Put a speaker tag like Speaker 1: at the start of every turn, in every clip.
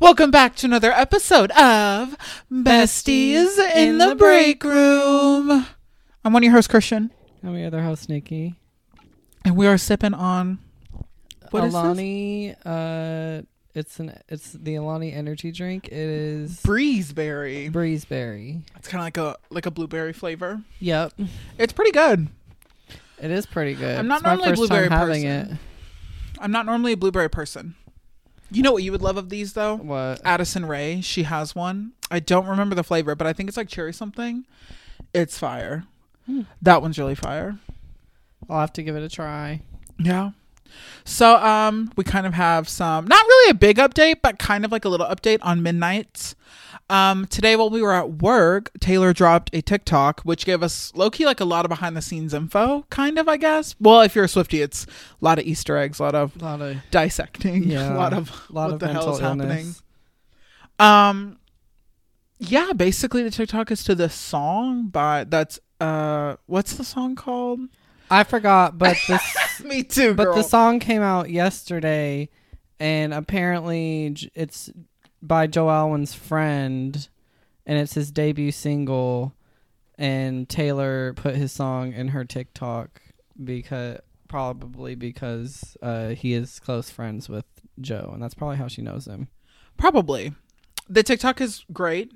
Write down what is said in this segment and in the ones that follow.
Speaker 1: Welcome back to another episode of Besties in, the, Break Room. I'm one of your hosts, Christian,
Speaker 2: And we are their host, Nikki.
Speaker 1: and we are sipping on What is this?
Speaker 2: Alani, uh, it's an it's the Alani energy drink. It is
Speaker 1: Breezeberry.
Speaker 2: breezeberry.
Speaker 1: It's kind of like a like a blueberry flavor.
Speaker 2: Yep,
Speaker 1: It's pretty good.
Speaker 2: it is pretty good.
Speaker 1: I'm not
Speaker 2: It's my
Speaker 1: normally a
Speaker 2: first time
Speaker 1: blueberry
Speaker 2: having
Speaker 1: person. I'm not normally a blueberry person. You know what you would love of these
Speaker 2: it.
Speaker 1: though?
Speaker 2: What?
Speaker 1: Addison Ray, she has one. I don't remember the flavor, but I think it's like cherry something. It's fire.
Speaker 2: Hmm.
Speaker 1: That one's really fire.
Speaker 2: I'll have to give it a try.
Speaker 1: Yeah. So um we kind of have some not really a big update, but kind of like a little update on midnights. Um today while we were at work, Taylor dropped a TikTok which gave us low key like a lot of behind the scenes info, kind of, I guess. Well, if you're a Swifty, it's a lot of Easter eggs, a lot of
Speaker 2: A lot of
Speaker 1: dissecting,
Speaker 2: yeah,
Speaker 1: a lot of
Speaker 2: lot
Speaker 1: what
Speaker 2: of
Speaker 1: the hell
Speaker 2: mental
Speaker 1: is happening.
Speaker 2: illness.
Speaker 1: um yeah, basically the TikTok is to the song by that's uh what's the song called?
Speaker 2: I forgot, but this
Speaker 1: Me too,
Speaker 2: but the song came out yesterday, and apparently j- it's by Joe Alwyn's friend, and it's his debut single. And Taylor put his song in her TikTok because probably because uh, he is close friends with Joe, and that's probably how she knows him.
Speaker 1: Probably. The TikTok is great.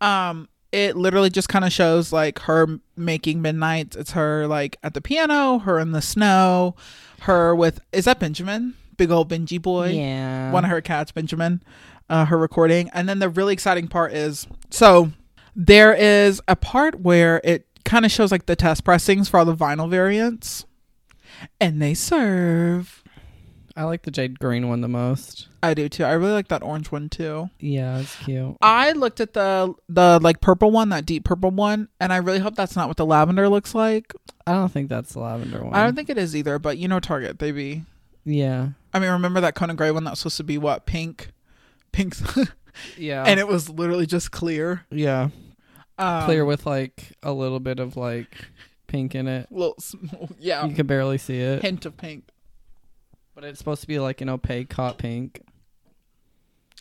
Speaker 1: Um it literally just kind of shows like her m- making midnights. It's her like at the piano, her in the snow, her with is that Benjamin? Big old Benji boy.
Speaker 2: yeah,
Speaker 1: One of her cats, Benjamin, uh, her recording. And then the really exciting part is so there is a part where it kind of shows like the test pressings for all the vinyl variants. And they serve.
Speaker 2: I like the jade green one the most.
Speaker 1: I do too. I really like that orange one too.
Speaker 2: Yeah, it's cute.
Speaker 1: I looked at the the like purple one, that deep purple one, and I really hope that's not what the lavender looks like.
Speaker 2: I don't think that's the lavender one.
Speaker 1: I don't think it is either, but you know Target, they be.
Speaker 2: Yeah,
Speaker 1: I mean, remember that Conan Gray one that was supposed to be what pink, pink,
Speaker 2: yeah,
Speaker 1: and it was literally just clear,
Speaker 2: yeah.
Speaker 1: um,
Speaker 2: clear with like a little bit of like pink in it.
Speaker 1: little, small, yeah,
Speaker 2: You could barely see it,
Speaker 1: hint of pink.
Speaker 2: but it's supposed to be like an opaque hot pink.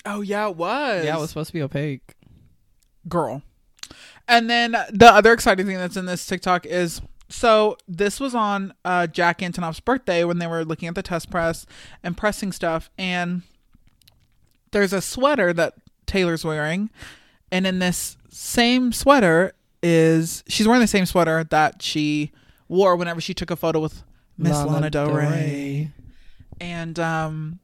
Speaker 1: Oh yeah, it was.
Speaker 2: Yeah, it was supposed to be opaque.
Speaker 1: girl. And then the other exciting thing that's in this TikTok is so this was on uh, Jack Antonoff's birthday when they were looking at the test press and pressing stuff. And there's a sweater that Taylor's wearing. And in this same sweater is she's wearing the same sweater that she wore whenever she took a photo with Miss Lana, Del Rey. And um,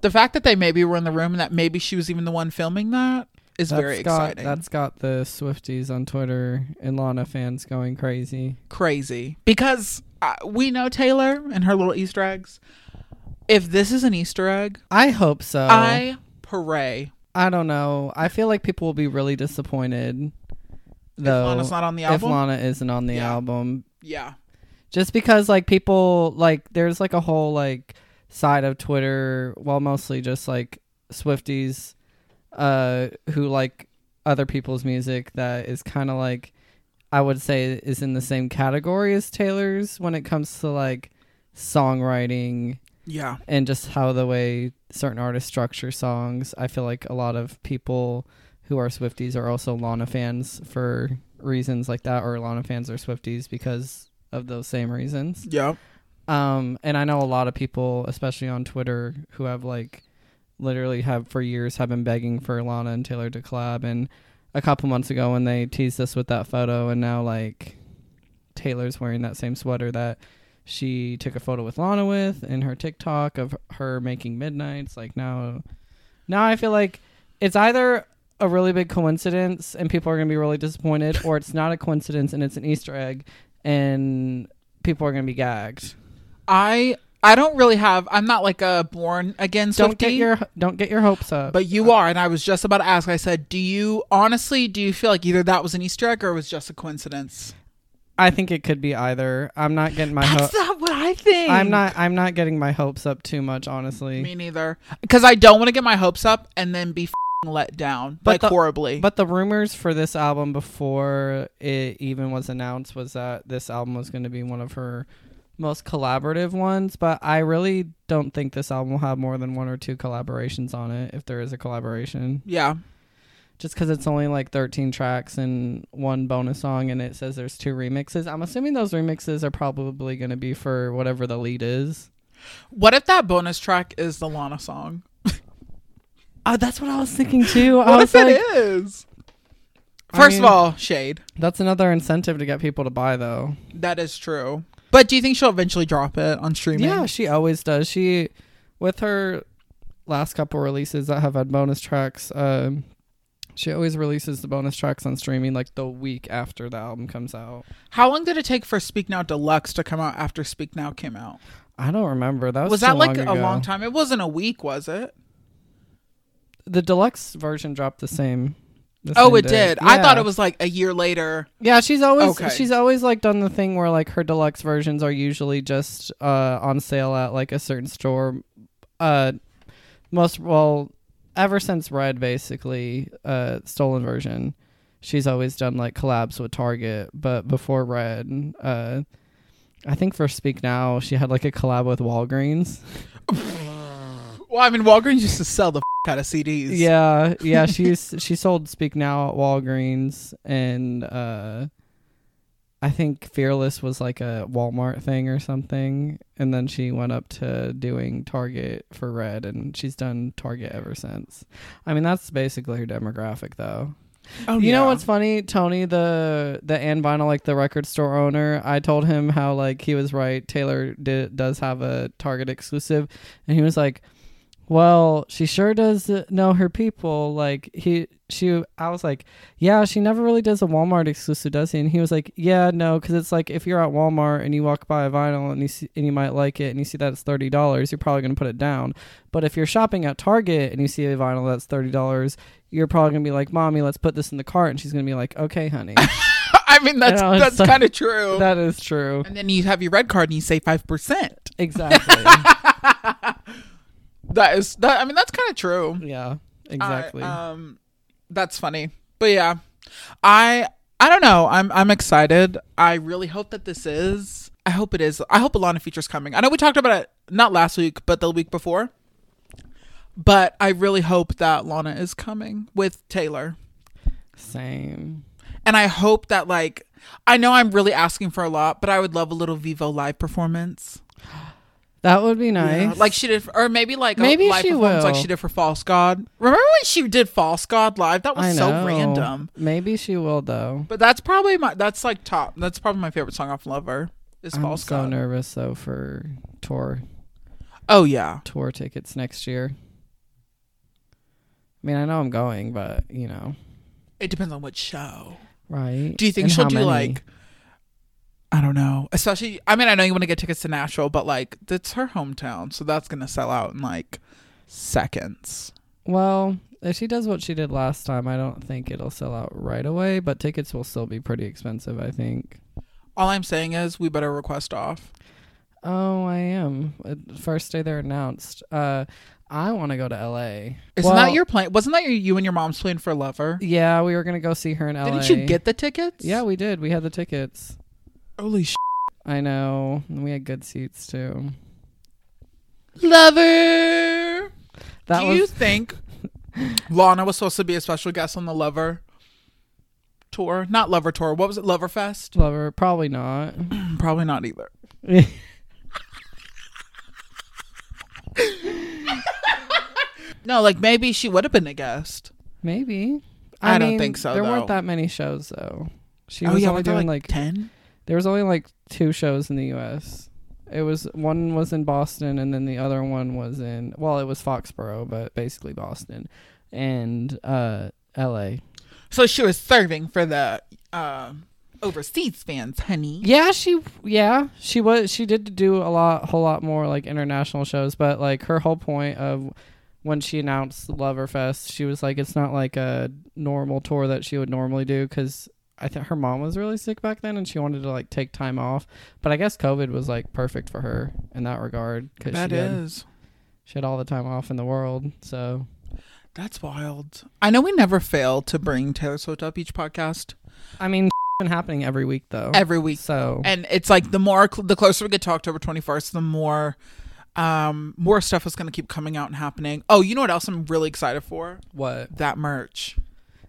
Speaker 1: the fact that they maybe were in the room and that maybe she was even the one filming that is
Speaker 2: That's
Speaker 1: very
Speaker 2: got,
Speaker 1: exciting.
Speaker 2: That's got the Swifties on Twitter and Lana fans going crazy.
Speaker 1: crazy because uh, we know Taylor and her little Easter eggs. If this is an Easter egg,
Speaker 2: I hope so.
Speaker 1: I pray
Speaker 2: I don't know. I feel like people will be really disappointed though
Speaker 1: if Lana's not on the
Speaker 2: Oh. if
Speaker 1: album.
Speaker 2: Lana isn't on the
Speaker 1: Yeah.
Speaker 2: album
Speaker 1: yeah,
Speaker 2: just because like people like there's like a whole like side of twitter well mostly just like swifties uh who like other people's music that is kind of like i would say is in the same category as taylor's when it comes to like songwriting
Speaker 1: yeah,
Speaker 2: and just how the way certain artists structure songs i feel like a lot of people who are swifties are also lana fans for reasons like that or lana fans are swifties because of those same reasons
Speaker 1: yeah.
Speaker 2: um and i know a lot of people especially on twitter who have like literally have for years have been begging for lana and taylor to collab and a couple months ago when they teased us with that photo and now like taylor's wearing that same sweater that she took a photo with lana with in her tiktok of her making midnights like now now i feel like it's either a really big coincidence and people are going to be really disappointed or it's not a coincidence and it's an easter egg and people are going to be gagged
Speaker 1: I I don't really have. I'm not like a born again Swifty,
Speaker 2: don't get your don't get your hopes up.
Speaker 1: but you are. And I was just about to ask. I said, do you honestly do you feel like either that was an Easter egg or it was just a coincidence?
Speaker 2: I think it could be either. I'm not getting my
Speaker 1: That's
Speaker 2: hopes.
Speaker 1: not what I think.
Speaker 2: I'm not. I'm not getting my hopes up too much, honestly.
Speaker 1: Me neither, because I don't want to get my hopes up and then be fing let down,
Speaker 2: But
Speaker 1: like
Speaker 2: the-
Speaker 1: horribly.
Speaker 2: but the rumors for this album before it even was announced was that this album was going to be one of her most collaborative ones, but I really don't think this album will have more than one or two collaborations on it, if there is a collaboration.
Speaker 1: Yeah.
Speaker 2: Just because it's only like 13 tracks and one bonus song, and it says there's two remixes. I'm assuming those remixes are probably going to be for whatever the lead is.
Speaker 1: What if that bonus track is the Lana song?
Speaker 2: Oh, that's what I was thinking too. I
Speaker 1: What
Speaker 2: was
Speaker 1: if it
Speaker 2: like,
Speaker 1: is?
Speaker 2: I
Speaker 1: First
Speaker 2: mean-
Speaker 1: of all, shade.
Speaker 2: that's another incentive to get people to buy, though.
Speaker 1: That is true. But do you think she'll eventually drop it on streaming?
Speaker 2: Yeah, she always does. She with her last couple releases that have had bonus tracks, um she always releases the bonus tracks on streaming like the week after the album comes out.
Speaker 1: How long did it take for Speak Now Deluxe to come out after Speak Now came out?
Speaker 2: I don't remember. That was,
Speaker 1: Was, that
Speaker 2: too
Speaker 1: like
Speaker 2: long
Speaker 1: a long
Speaker 2: ago.
Speaker 1: time? It wasn't a week, was it?
Speaker 2: The deluxe version dropped the same. the
Speaker 1: oh,
Speaker 2: same
Speaker 1: it
Speaker 2: day.
Speaker 1: did. I thought
Speaker 2: Yeah.
Speaker 1: it was like a year later.
Speaker 2: Yeah, she's always
Speaker 1: Okay.
Speaker 2: she's always like done the thing where like her deluxe versions are usually just uh on sale at like a certain store. Uh most well ever since Red basically uh stolen version. She's always done like collabs with Target, but before Red, uh I think for Speak Now she had like a collab with Walgreens.
Speaker 1: Well, I mean, Walgreens used to sell the f- out of CDs.
Speaker 2: Yeah, yeah. She used, she sold Speak Now at Walgreens, and uh, I think Fearless was like a Walmart thing or something. And then she went up to doing Target for Red, and she's done Target ever since. I mean, that's basically her demographic, though.
Speaker 1: Oh,
Speaker 2: you know
Speaker 1: yeah.
Speaker 2: what's funny, Tony, the the and vinyl, like the record store owner. I told him how like he was right. Taylor did, does have a Target exclusive, and he was like, "Well, she sure does know her people." Like he, she, I was like, "Yeah, she never really does a Walmart exclusive, does he?" And he was like, "Yeah, no, because it's like if you're at Walmart and you walk by a vinyl and you see, and you might like it and you see that it's thirty dollars, you're probably gonna put it down. But if you're shopping at Target and you see a vinyl that's thirty dollars." You're probably gonna be like, "Mommy, let's put this in the cart," and she's gonna be like, "Okay, honey,
Speaker 1: I mean, that's
Speaker 2: You know,
Speaker 1: that's
Speaker 2: so-
Speaker 1: kind of true.
Speaker 2: that is true."
Speaker 1: and then you have your red card and you say five percent.
Speaker 2: Exactly.
Speaker 1: That is that. I mean, that's kind of true.
Speaker 2: yeah.
Speaker 1: I-
Speaker 2: Exactly.
Speaker 1: um, that's funny, but yeah, I I don't know. I'm I'm excited. I really hope that this is. I hope it is. I hope Alana features coming. I know we talked about it not last week, but the week before. But I really hope that Lana is coming with Taylor,
Speaker 2: Same.
Speaker 1: and I hope that like I know I'm really asking for a lot, but I would love a little Vivo live performance,
Speaker 2: That would be
Speaker 1: You know,
Speaker 2: nice.
Speaker 1: like she did, for, or maybe like
Speaker 2: Maybe
Speaker 1: a live
Speaker 2: she
Speaker 1: performance like
Speaker 2: will.
Speaker 1: she did for False God. Remember when she did False God live? That was
Speaker 2: I
Speaker 1: so
Speaker 2: know.
Speaker 1: random.
Speaker 2: Maybe she will though.
Speaker 1: But that's probably my that's like top. That's probably my favorite song off Lover is
Speaker 2: I'm
Speaker 1: False
Speaker 2: so
Speaker 1: God.
Speaker 2: nervous though for tour
Speaker 1: Oh yeah.
Speaker 2: tour tickets next year. I mean, I know I'm going, but you know,
Speaker 1: It depends on what show.
Speaker 2: right?
Speaker 1: Do you think
Speaker 2: And
Speaker 1: she'll
Speaker 2: how
Speaker 1: do
Speaker 2: many.
Speaker 1: like I don't know. Especially I mean I know you want to get tickets to Nashville, but like that's her hometown, so that's gonna sell out in like seconds.
Speaker 2: Well, if she does what she did last time, I don't think it'll sell out right away. But tickets will still be pretty expensive, I think.
Speaker 1: All I'm saying is we better request off.
Speaker 2: Oh, I am. Uh, First day they're announced. Uh, I want to go to L.A.
Speaker 1: Isn't
Speaker 2: Well-
Speaker 1: that your plan? Wasn't that your, you and your mom's plan for Lover?
Speaker 2: Yeah, we were gonna go see her in LA.
Speaker 1: Didn't you get the tickets?
Speaker 2: Yeah, we did. We had the tickets.
Speaker 1: Holy sh-
Speaker 2: I know. And we had good seats too.
Speaker 1: Lover.
Speaker 2: That
Speaker 1: Do
Speaker 2: was
Speaker 1: you think Lana was supposed to be a special guest on the Lover tour? Not Lover tour. What was it? Lover Fest?
Speaker 2: lover. Probably not.
Speaker 1: Probably not either. No, like maybe she would have been a guest.
Speaker 2: Maybe.
Speaker 1: I don't
Speaker 2: mean,
Speaker 1: think so,
Speaker 2: There
Speaker 1: though. Oh,
Speaker 2: weren't that many shows though. She was only
Speaker 1: weren't there,
Speaker 2: doing like,
Speaker 1: ten.
Speaker 2: there was only like two shows in the U.S. It was one was in Boston and then the other one was in well it was Foxborough but basically Boston and uh L.A.
Speaker 1: So she was serving for the um overseas fans, honey.
Speaker 2: Yeah, she yeah, she was she did do a lot whole lot more like international shows, but like her whole point of when she announced Loverfest, she was like it's not like a normal tour that she would normally do cuz I think her mom was really sick back then and she wanted to like take time off, but I guess COVID was like perfect for her in that regard cuz she
Speaker 1: that
Speaker 2: did.
Speaker 1: is.
Speaker 2: She had all the time off in the world. So,
Speaker 1: That's wild. I know we never fail to bring Taylor Swift up each podcast.
Speaker 2: I mean, been happening every week though.
Speaker 1: every week.
Speaker 2: So
Speaker 1: and it's like the more cl- the closer we get to October 21st, the more um more stuff is going to keep coming out and happening. Oh, you know what else I'm really excited for?
Speaker 2: what?
Speaker 1: That merch.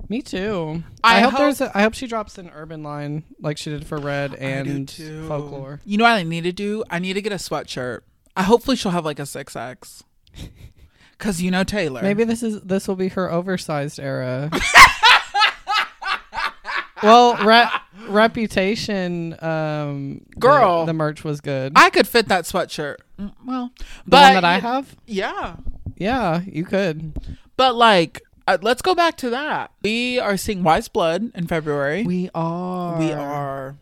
Speaker 2: Me too.
Speaker 1: I
Speaker 2: I, hope,
Speaker 1: hope-
Speaker 2: there's. A, I hope she drops an urban line like she did for Red and
Speaker 1: too.
Speaker 2: Folklore.
Speaker 1: You know what I need to do? I need to get a sweatshirt. I hopefully she'll have like a 6X. Cuz you know Taylor.
Speaker 2: Maybe this is this will be her oversized era. well, re- reputation, um, the-
Speaker 1: Girl.
Speaker 2: the, merch was good.
Speaker 1: I could fit that sweatshirt. Mm, Well,
Speaker 2: the
Speaker 1: but
Speaker 2: one that I
Speaker 1: you-
Speaker 2: have,
Speaker 1: Yeah.
Speaker 2: yeah, you could.
Speaker 1: But like uh, let's go back to that. We are seeing Wise Blood in February.
Speaker 2: We are.
Speaker 1: we are.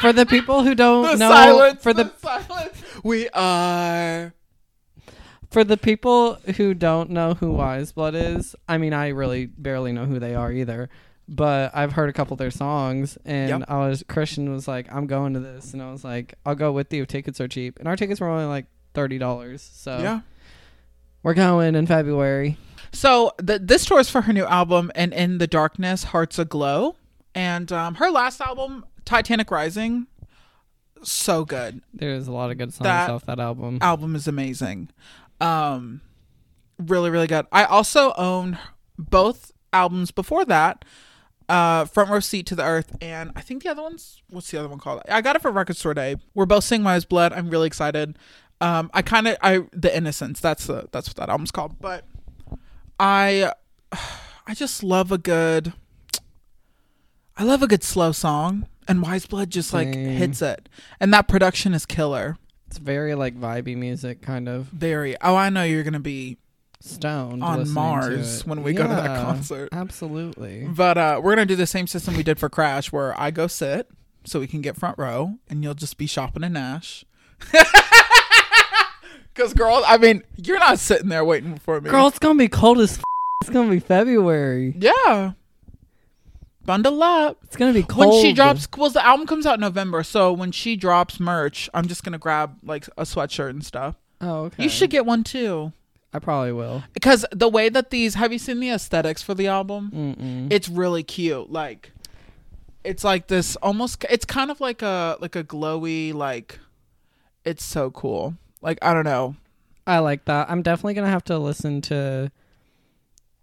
Speaker 2: For the people who don't
Speaker 1: The
Speaker 2: know,
Speaker 1: silence
Speaker 2: for the,
Speaker 1: silence. We are
Speaker 2: for the people who don't know who Wise Blood is, I mean, I really barely know who they are either. But I've heard a couple of their songs, and
Speaker 1: Yep.
Speaker 2: I was Christian was like, "I'm going to this," and I was like, "I'll go with you. Tickets are cheap, and our tickets were only like thirty dollars." So
Speaker 1: Yeah.
Speaker 2: we're going in February.
Speaker 1: So the, this tour is for her new album, and in the darkness, hearts aglow, and um, her last album, Titanic Rising, so good.
Speaker 2: There's a lot of good songs
Speaker 1: That-
Speaker 2: off that album.
Speaker 1: Album is amazing, um, really really good. I also own both albums before that, uh, Front Row Seat to the Earth, and I think the other one's what's the other one called? I got it for Record Store Day. We're both seeing My Is Blood. I'm really excited. Um, I kind of I the Innocence. That's the that's what that album's called, but. I I just love a good I love a good slow song and Wise Blood just like
Speaker 2: Same.
Speaker 1: hits it. And that production is killer.
Speaker 2: It's very like vibey music, kind of
Speaker 1: Very. Oh, I know you're going to be
Speaker 2: stoned
Speaker 1: On
Speaker 2: listening to
Speaker 1: Mars
Speaker 2: it.
Speaker 1: when we go to that concert.
Speaker 2: Absolutely.
Speaker 1: but uh we're going to do the same system we did for Crash where I go sit so we can get front row and you'll just be shopping in Nash. Cuz girl, I mean, you're not sitting there waiting for me.
Speaker 2: Girl, it's gonna be cold as. F- it's gonna be February.
Speaker 1: Yeah. Bundle up.
Speaker 2: It's gonna be cold.
Speaker 1: when she drops well the album comes out in november so when she drops merch i'm just gonna grab like a sweatshirt and stuff
Speaker 2: Oh, okay.
Speaker 1: you should get one too
Speaker 2: I probably will.
Speaker 1: because the way that these have you seen the aesthetics for the album
Speaker 2: Mm-mm.
Speaker 1: it's really cute like it's like this almost it's kind of like a like a glowy like it's so cool like i don't know
Speaker 2: I like that. I'm definitely gonna have to listen to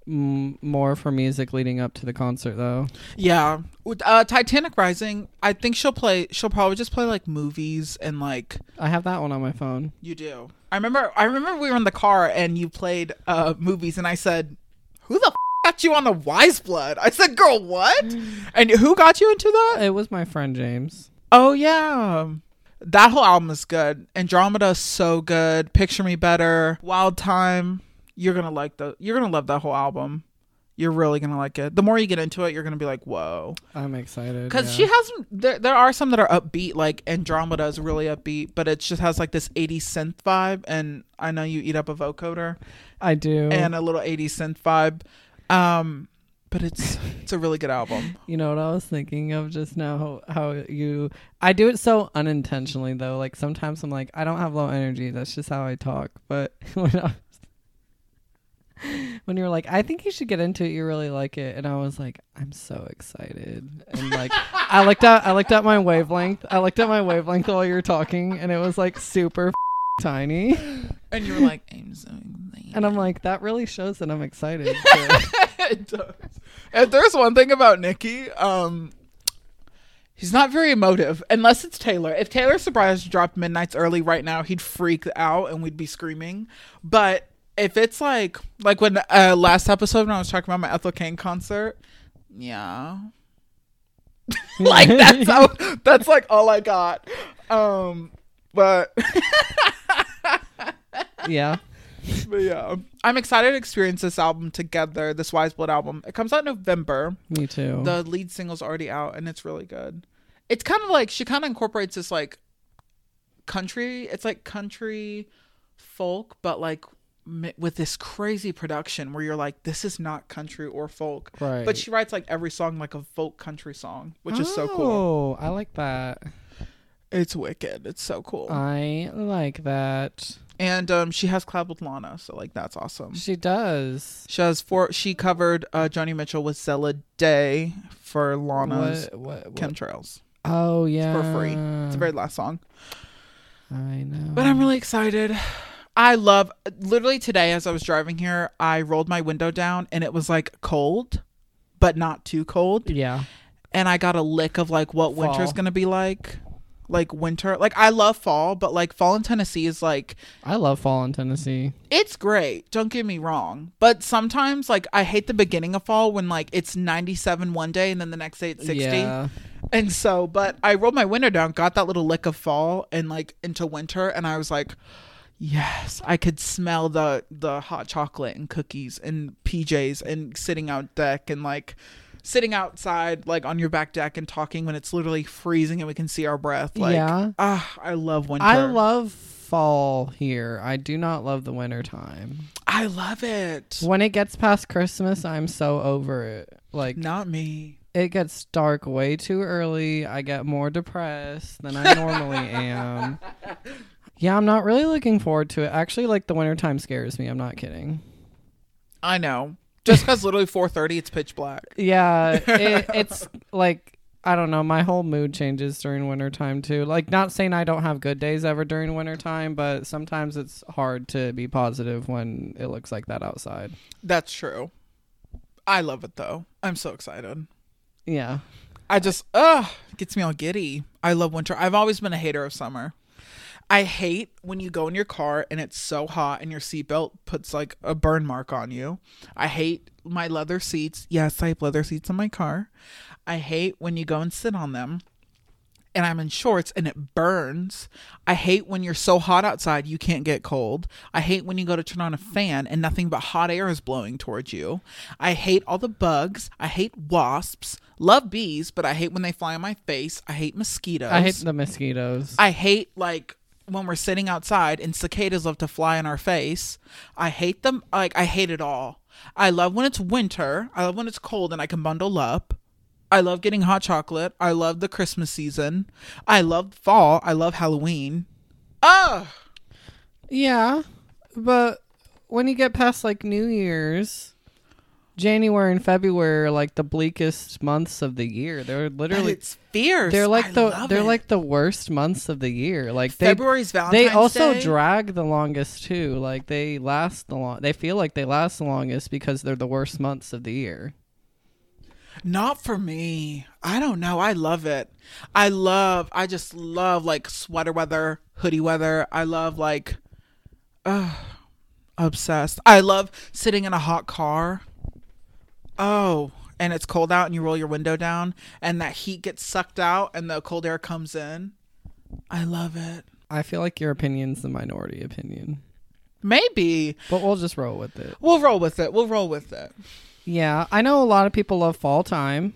Speaker 2: m- more for music leading up to the concert, though.
Speaker 1: yeah With, uh titanic rising i think she'll play she'll probably just play like movies and like
Speaker 2: I have that one on my phone.
Speaker 1: You do. I remember. I remember we were in the car and you played uh, movies, and I said, "Who the f- got you on the Wise Blood?" I said, "Girl, what?" And who got you into that?
Speaker 2: It was my friend James.
Speaker 1: Oh yeah, that whole album is good. Andromeda is so good. Picture Me Better, Wild Time. You're gonna like the. You're gonna love that whole album. You're really gonna like it. The more you get into it, you're gonna be like, "Whoa!"
Speaker 2: I'm excited
Speaker 1: Because
Speaker 2: yeah.
Speaker 1: she has there. There are some that are upbeat, like Andromeda is really upbeat, but it just has like this 80 synth vibe. And I know you eat up a vocoder
Speaker 2: I do.
Speaker 1: and a little 80 synth vibe, um, but it's it's a really good album.
Speaker 2: You know what I was thinking of just now? How, how you. I do it so unintentionally, though. Like, sometimes I'm like, I don't have low energy. That's just how I talk. But when I was. When you were like, I think you should get into it, you really like it, and I was like, I'm so excited, and like, I looked at, I looked at my wavelength, I looked at my wavelength while you were talking, and it was like super tiny,
Speaker 1: And you're like, I'm so excited."
Speaker 2: and I'm like, that really shows that I'm excited. But
Speaker 1: It does. If there's one thing about Nikki, um, he's not very emotive unless it's Taylor. If Taylor surprised dropped Midnight's early right now, he'd freak out and we'd be screaming. But if it's like like when uh, last episode when I was talking about my Ethel Kane concert, yeah, like that's how, that's like all I got. Um, but
Speaker 2: yeah,
Speaker 1: but yeah, I'm excited to experience this album together. This Wise Blood album. It comes out in November.
Speaker 2: me too.
Speaker 1: the lead single's already out and it's really good it's kind of like she kind of incorporates this like country it's like country folk but like mi- with this crazy production where you're like this is not country or folk
Speaker 2: right,
Speaker 1: but she writes like every song like a folk country song which is so cool
Speaker 2: Oh, I like that. Uh.
Speaker 1: it's wicked it's so cool
Speaker 2: I like that.
Speaker 1: and um, she has collabed with Lana, so like that's awesome.
Speaker 2: She does.
Speaker 1: She has four. She covered uh, Johnny Mitchell with Zella Day for Lana's
Speaker 2: What, what, Uh. what-
Speaker 1: Chemtrails.
Speaker 2: Oh yeah,
Speaker 1: for free. It's the very last song,
Speaker 2: I know.
Speaker 1: but I'm really excited. I love. Literally today, as I was driving here, I rolled my window down, and it was like cold, but not too cold.
Speaker 2: yeah.
Speaker 1: And I got a lick of like what winter's
Speaker 2: Fall.
Speaker 1: gonna be like. Like winter, like I love fall, but like fall in Tennessee is like
Speaker 2: I love fall in Tennessee.
Speaker 1: It's great. Don't get me wrong. But sometimes, like, I hate the beginning of fall when, like, it's 97 one day and then the next day it's 60.
Speaker 2: Yeah.
Speaker 1: And so, but I rolled my window down, got that little lick of fall and, like, into winter. And I was like, yes, I could smell the, the hot chocolate and cookies and PJs and sitting out deck and, like, sitting outside, like, on your back deck and talking when it's literally freezing and we can see our breath. Like,
Speaker 2: yeah.
Speaker 1: ah, I love winter.
Speaker 2: I love fall here. I do not love the winter time.
Speaker 1: I love it.
Speaker 2: When it gets past Christmas, I'm so over it. Like
Speaker 1: Not me.
Speaker 2: it gets dark way too early. I get more depressed than I normally am. Yeah, I'm not really looking forward to it. Actually, like the wintertime scares me. I'm not kidding.
Speaker 1: I know. Just because literally 4:30, it's pitch black.
Speaker 2: Yeah, it, it's like I don't know. My whole mood changes during wintertime too. Like, not saying I don't have good days ever during wintertime, but sometimes it's hard to be positive when it looks like that outside.
Speaker 1: That's true. I love it though. I'm so excited.
Speaker 2: Yeah,
Speaker 1: I just ugh gets me all giddy. I love winter. I've always been a hater of summer. I hate when you go in your car and it's so hot and your seatbelt puts like a burn mark on you. I hate my leather seats. Yes, I have leather seats in my car. I hate when you go and sit on them and I'm in shorts and it burns. I hate when you're so hot outside you can't get cold. I hate when you go to turn on a fan and nothing but hot air is blowing towards you. I hate all the bugs. I hate wasps. Love bees, but I hate when they fly on my face. I hate mosquitoes.
Speaker 2: I hate the mosquitoes.
Speaker 1: I hate like when we're sitting outside and cicadas love to fly in our face. I hate them. Like I hate it all. I love when it's winter. I love when it's cold and I can bundle up. I love getting hot chocolate. I love the Christmas season. I love fall. I love Halloween. Oh,
Speaker 2: yeah, but when you get past like New Year's. January and February are like the bleakest months of the year. They're literally
Speaker 1: it's fierce.
Speaker 2: They're like
Speaker 1: I
Speaker 2: the
Speaker 1: love
Speaker 2: they're
Speaker 1: it.
Speaker 2: like the worst months of the year. Like they,
Speaker 1: February's Valentine's
Speaker 2: They also
Speaker 1: Day.
Speaker 2: drag the longest too. Like they last the long. They feel like they last the longest because they're the worst months of the year.
Speaker 1: Not for me. I don't know. I love it. I love, I just love like sweater weather, hoodie weather. I love like, ugh, obsessed. I love sitting in a hot car. Oh, and it's cold out and you roll your window down and that heat gets sucked out and the cold air comes in. I love it.
Speaker 2: I feel like your opinion's the minority opinion,
Speaker 1: Maybe.
Speaker 2: but we'll just roll with it.
Speaker 1: We'll roll with it. We'll roll with it.
Speaker 2: Yeah, I know a lot of people love fall time.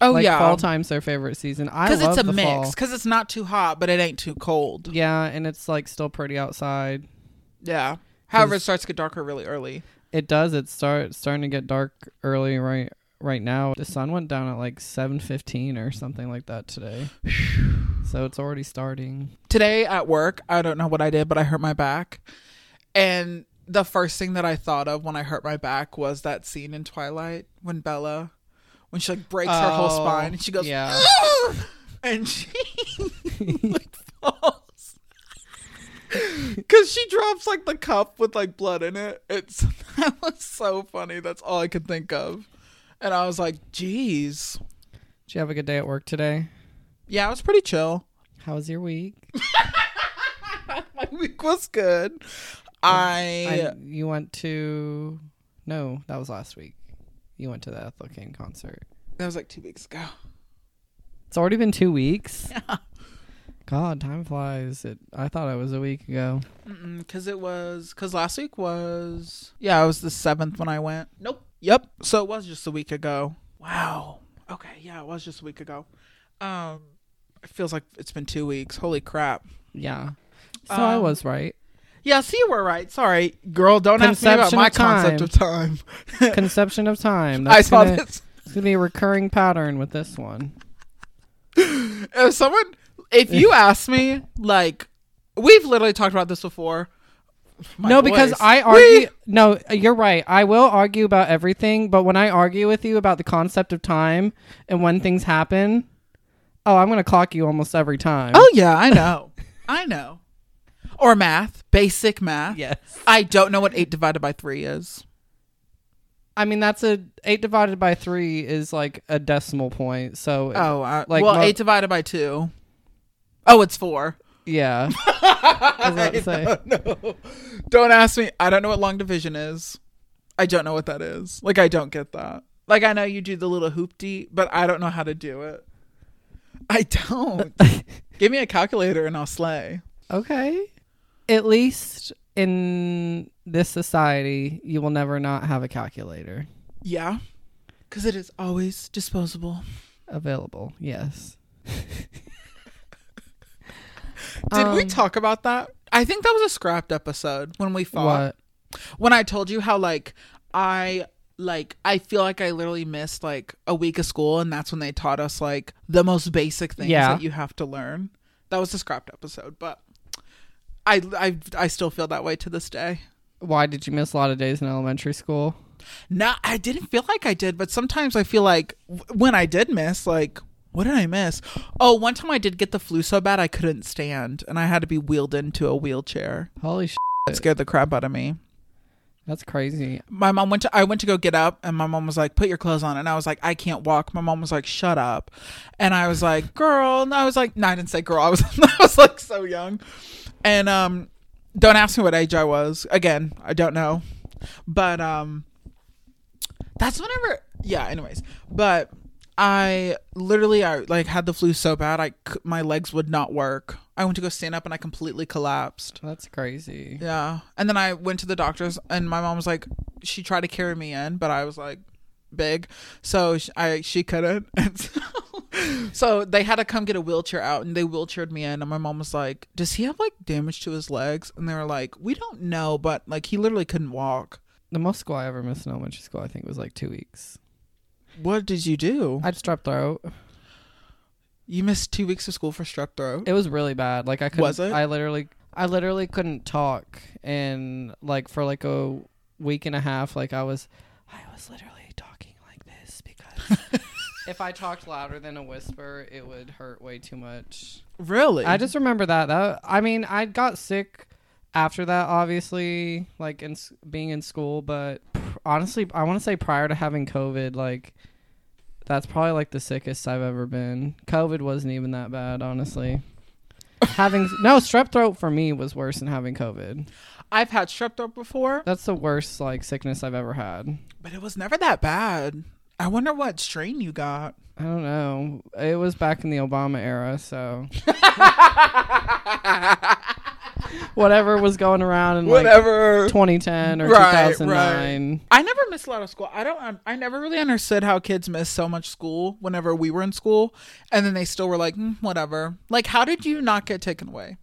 Speaker 1: Oh,
Speaker 2: like,
Speaker 1: yeah.
Speaker 2: fall time's their favorite season. I
Speaker 1: Because
Speaker 2: love
Speaker 1: it's a
Speaker 2: the
Speaker 1: mix.
Speaker 2: fall.
Speaker 1: Because it's not too hot, but it ain't too cold.
Speaker 2: Yeah, and it's like still pretty outside.
Speaker 1: Yeah. However, it starts to get darker really early.
Speaker 2: It does. It's start starting to get dark early right right now. The sun went down at like seven fifteen or something like that today. so it's already starting.
Speaker 1: today at work, I don't know what I did, but I hurt my back. And the first thing that I thought of when I hurt my back was that scene in Twilight when Bella, when she like breaks her whole
Speaker 2: Oh,
Speaker 1: spine and she goes,
Speaker 2: yeah.
Speaker 1: "Ugh!" and she like falls. Cause she drops like the cup with like blood in it. It's that was so funny. That's all I could think of. And I was like, geez.
Speaker 2: Did you have a good day at work today?
Speaker 1: Yeah, it was pretty chill.
Speaker 2: How was your week?
Speaker 1: My week was good. I
Speaker 2: Oh, I, you went to no, that was last week. You went to the Ethel Kane concert.
Speaker 1: That was like two weeks ago.
Speaker 2: It's already been two weeks. God, time flies. It. I thought it was a week ago.
Speaker 1: Because Mm, it was, because last week was, yeah, it was the seventh when I went. Nope. Yep. So it was just a week ago. Wow. Okay. Yeah, it was just a week ago. Um, it feels like it's been two weeks. Holy crap.
Speaker 2: Yeah. So I
Speaker 1: Um,
Speaker 2: was right.
Speaker 1: Yeah, see, you were right. Sorry, girl. Don't ask me about
Speaker 2: Conception
Speaker 1: my
Speaker 2: of time.
Speaker 1: concept of time.
Speaker 2: Conception of time.
Speaker 1: I
Speaker 2: That's
Speaker 1: saw
Speaker 2: gonna-
Speaker 1: this.
Speaker 2: It's gonna be a recurring pattern with this one.
Speaker 1: if someone if you ask me like we've literally talked about this before My
Speaker 2: no, because
Speaker 1: voice.
Speaker 2: I
Speaker 1: Whee!
Speaker 2: argue. No, uh, you're right. I will argue about everything, but when I argue with you about the concept of time and when things happen, oh, I'm gonna clock you almost every time.
Speaker 1: Oh yeah, I know. I know. Or math, basic math.
Speaker 2: yes.
Speaker 1: I don't know what eight divided by three is.
Speaker 2: I mean, that's a eight divided by three is like a decimal point. So
Speaker 1: Oh, I,
Speaker 2: Like,
Speaker 1: well,
Speaker 2: mo-
Speaker 1: eight divided by two. Oh, it's four.
Speaker 2: yeah. I was about to say.
Speaker 1: No, don't ask me. I don't know what long division is. I don't know what that is. Like, I don't get that. Like, I know you do the little hoopty, but I don't know how to do it. I don't. Give me a calculator and I'll slay.
Speaker 2: Okay. At least in this society, you will never not have a calculator
Speaker 1: Yeah, because it is always disposable.
Speaker 2: available. Yes.
Speaker 1: Did we
Speaker 2: Um,
Speaker 1: talk about that? I think that was a scrapped episode when we fought.
Speaker 2: What?
Speaker 1: when I told you how like I like I feel like I literally missed like a week of school and that's when they taught us like the most basic things
Speaker 2: Yeah.
Speaker 1: that you have to learn. That was the scrapped episode, but I I I still feel that way to this day.
Speaker 2: Why did you miss a lot of days in elementary school?
Speaker 1: No, I didn't feel like I did, but sometimes I feel like w- when I did miss like what did I miss? Oh, one time I did get the flu so bad I couldn't stand and I had to be wheeled into a wheelchair.
Speaker 2: Holy sh!
Speaker 1: It scared the crap out of me.
Speaker 2: That's crazy.
Speaker 1: my mom went to I went to go get up and my mom was like, Put your clothes on and I was like, I can't walk. My mom was like, Shut up and I was like, Girl and I was like no, I didn't say girl. I was I was like so young. And um don't ask me what age I was. Again, I don't know. But um that's whenever yeah, anyways. But I literally I like had the flu so bad I c- my legs would not work. I went to go stand up and I completely collapsed.
Speaker 2: That's crazy.
Speaker 1: Yeah. And then I went to the doctor's, and my mom was like, she tried to carry me in, but I was like, big, so sh I she couldn't. And so, so they had to come get a wheelchair out, and they wheelchaired me in. And my mom was like, "Does he have like damage to his legs?" And they were like, "We don't know, but like he literally couldn't walk."
Speaker 2: The most school I ever missed in elementary school, I think, was like two weeks.
Speaker 1: What did you do?
Speaker 2: I had strep throat.
Speaker 1: You missed two weeks of school for strep throat.
Speaker 2: It was really bad. Like I couldn't.
Speaker 1: Was it?
Speaker 2: I literally, I literally couldn't talk, and like for like a week and a half, like I was, I was literally talking like this because if I talked louder than a whisper, it would hurt way too much.
Speaker 1: Really?
Speaker 2: I just remember that. That I mean, I got sick after that, obviously, like in s- being in school. But pr- honestly, I want to say prior to having COVID, like that's probably like the sickest I've ever been. COVID wasn't even that bad, honestly. having no strep throat for me was worse than having COVID.
Speaker 1: I've had strep throat before,
Speaker 2: That's the worst like sickness I've ever had.
Speaker 1: but it was never that bad. I wonder what strain you got.
Speaker 2: I don't know. It was back in the Obama era, so whatever was going around in like
Speaker 1: Whatever.
Speaker 2: 2010 or
Speaker 1: Right, right.
Speaker 2: 2009.
Speaker 1: I never missed a lot of school. I don't. um, I never really understood how kids missed so much school whenever we were in school, and then they still were like, "Mm, whatever. Like, how did you not get taken away?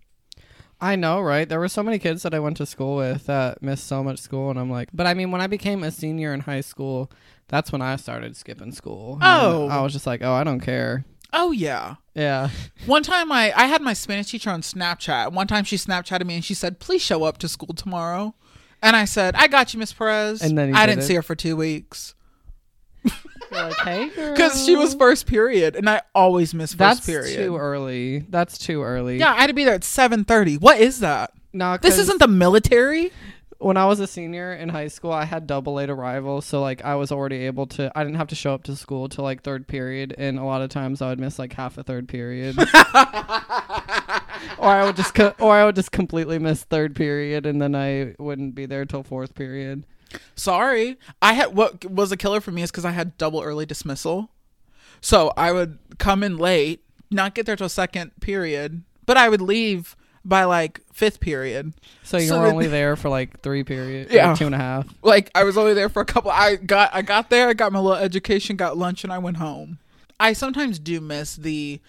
Speaker 2: I know, right? There were so many kids that I went to school with that missed so much school, and I'm like, but I mean, when I became a senior in high school, that's when I started skipping school. And
Speaker 1: Oh.
Speaker 2: I was just like, oh, I don't care.
Speaker 1: Oh yeah.
Speaker 2: Yeah,
Speaker 1: One time, I I had my Spanish teacher on Snapchat. One time, she Snapchatted me and she said, "Please show up to school tomorrow." And I said, "I got you, Miss Perez."
Speaker 2: And then you
Speaker 1: I
Speaker 2: did
Speaker 1: didn't
Speaker 2: it.
Speaker 1: see her for two weeks
Speaker 2: You're like, hey,
Speaker 1: because she was
Speaker 2: girl.
Speaker 1: first period, and I always miss first
Speaker 2: That's
Speaker 1: period.
Speaker 2: too early. That's too early.
Speaker 1: yeah, I had to be there at seven thirty. What is that?
Speaker 2: no, 'cause
Speaker 1: This isn't the military.
Speaker 2: When I was a senior in high school, I had double late arrival, so like I was already able to. I didn't have to show up to school till like third period, and a lot of times I would miss like half a third period, or I would just co- or I would just completely miss third period, and then I wouldn't be there till fourth period.
Speaker 1: Sorry. I had what was a killer for me is because I had double early dismissal. So I would come in late, not get there till second period, but I would leave by like fifth period.
Speaker 2: So you
Speaker 1: So
Speaker 2: were
Speaker 1: then-
Speaker 2: only there for like three period, yeah,
Speaker 1: Yeah.
Speaker 2: two and a half.
Speaker 1: Like I was only there for a couple I got I got there, I got my little education, got lunch, and I went home. I sometimes do miss the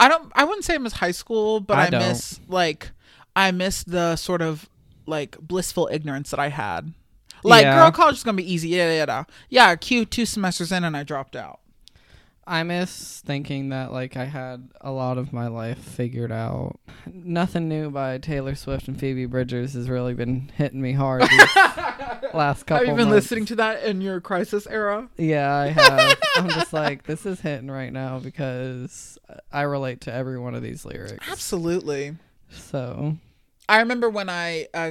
Speaker 1: I don't I wouldn't say I miss high school, but
Speaker 2: I
Speaker 1: I, miss like I miss the sort of like blissful ignorance that I had. Like
Speaker 2: Yeah.
Speaker 1: girl college is gonna be easy, yeah, yeah, yeah. Yeah, Q two semesters in and I dropped out.
Speaker 2: I miss thinking that like I had a lot of my life figured out. Nothing new by Taylor Swift and Phoebe Bridgers has really been hitting me hard these last
Speaker 1: Have
Speaker 2: couple.
Speaker 1: you been
Speaker 2: months.
Speaker 1: listening to that in your crisis era?
Speaker 2: Yeah, I have. I'm just like this is hitting right now because I relate to every one of these lyrics.
Speaker 1: Absolutely.
Speaker 2: So
Speaker 1: I remember when I uh,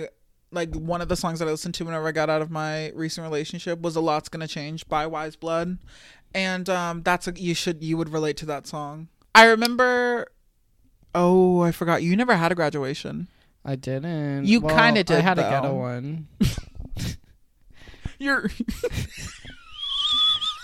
Speaker 1: like one of the songs that I listened to whenever I got out of my recent relationship was "A Lot's Gonna Change" by Wise Blood, and um, that's a, you should you would relate to that song. I remember. Oh, I forgot. You never had a graduation.
Speaker 2: I didn't.
Speaker 1: You
Speaker 2: well,
Speaker 1: kinda did,
Speaker 2: I had to get a
Speaker 1: though.
Speaker 2: one.
Speaker 1: You're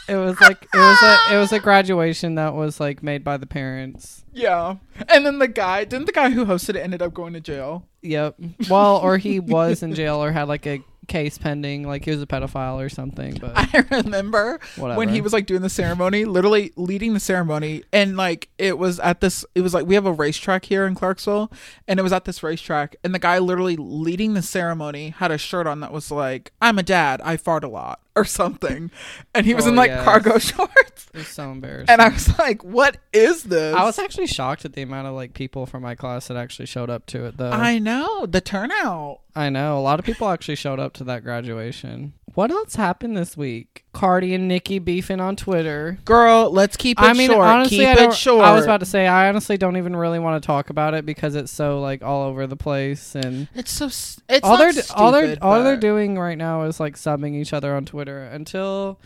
Speaker 2: It was like it was a it was a graduation that was like made by the parents.
Speaker 1: yeah. And then the guy didn't the guy who hosted it ended up going to jail.
Speaker 2: Yep. Well, or he was in jail or had like a case pending, like he was a pedophile or something. But
Speaker 1: I remember
Speaker 2: whatever.
Speaker 1: when he was like doing the ceremony, literally leading the ceremony, and like it was at this, it was like we have a racetrack here in Clarksville, and it was at this racetrack, and the guy literally leading the ceremony had a shirt on that was like, "I'm a dad, I fart a lot" or something, and he was
Speaker 2: Oh,
Speaker 1: in like
Speaker 2: yes.
Speaker 1: cargo shorts,
Speaker 2: It was so embarrassed.
Speaker 1: and I was like, "What is this?"
Speaker 2: I was actually shocked at the amount of like people from my class that actually showed up to it though.
Speaker 1: I know the turnout.
Speaker 2: I know a lot of people actually showed up to that graduation. What else happened this week? Cardi and Nikki beefing on Twitter.
Speaker 1: Girl, let's keep it
Speaker 2: I mean,
Speaker 1: short.
Speaker 2: honestly,
Speaker 1: keep
Speaker 2: I,
Speaker 1: it
Speaker 2: don't,
Speaker 1: short.
Speaker 2: I was about to say I honestly don't even really want to talk about it because it's so like all over the place and
Speaker 1: It's so. s- It's
Speaker 2: all
Speaker 1: all
Speaker 2: they're all they're all they're
Speaker 1: doing.
Speaker 2: doing right now is like subbing each other on Twitter until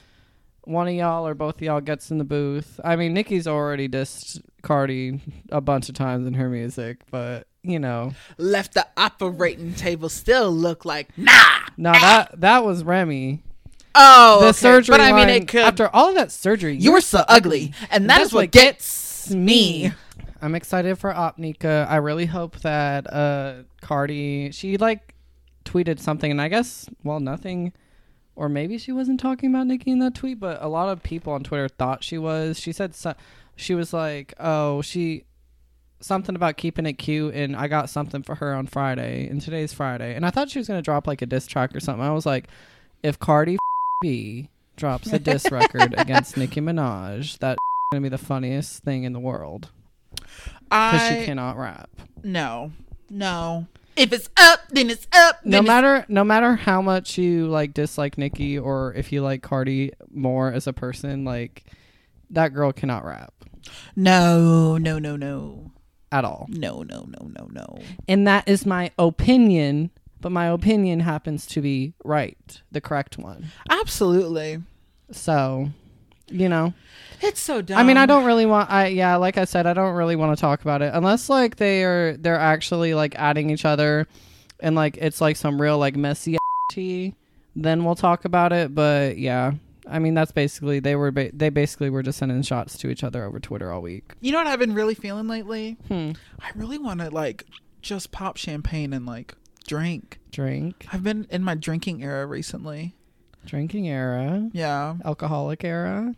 Speaker 2: one of y'all or both of y'all gets in the booth. I mean, Nikki's already dissed Cardi a bunch of times in her music, but you know,
Speaker 1: Left the operating table still look like nah.
Speaker 2: now that that was Remy.
Speaker 1: Oh,
Speaker 2: The
Speaker 1: Ah! okay.
Speaker 2: surgery,
Speaker 1: But I mean, it
Speaker 2: line-
Speaker 1: could.
Speaker 2: after all of that surgery.
Speaker 1: you were so ugly, and that
Speaker 2: That's
Speaker 1: is what
Speaker 2: what
Speaker 1: gets
Speaker 2: it's
Speaker 1: me.
Speaker 2: I'm excited for Opnika. I really hope that uh Cardi she like tweeted something and I guess well nothing or maybe she wasn't talking about Nikki in that tweet, but a lot of people on Twitter thought she was. She said so- she was like, "Oh, she something about keeping it cute and I got something for her on Friday and today's Friday." And I thought she was going to drop like a diss track or something. I was like, if Cardi B drops a diss record against Nicki Minaj, that's going to be the funniest thing in the world because she
Speaker 1: I
Speaker 2: cannot rap.
Speaker 1: no, no. If it's up, then it's up.
Speaker 2: No
Speaker 1: Then it's-
Speaker 2: matter no matter how much you like dislike Nicki or if you like Cardi more as a person, like that girl cannot rap
Speaker 1: no, no, no, no,
Speaker 2: at all.
Speaker 1: no, no, no, no, no.
Speaker 2: And that is my opinion, but my opinion happens to be right, the correct one.
Speaker 1: Absolutely,
Speaker 2: So, you know,
Speaker 1: it's so dumb.
Speaker 2: I mean, I don't really want. I yeah, like I said, I don't really want to talk about it unless like they are they're actually like adding each other, and like it's like some real like messy tea. Then we'll talk about it. But yeah, I mean that's basically they were ba- they basically were just sending shots to each other over Twitter all week.
Speaker 1: You know what I've been really feeling lately?
Speaker 2: Hmm.
Speaker 1: I really want to like just pop champagne and like drink.
Speaker 2: Drink,
Speaker 1: I've been in my drinking era recently.
Speaker 2: drinking era,
Speaker 1: Yeah,
Speaker 2: alcoholic era,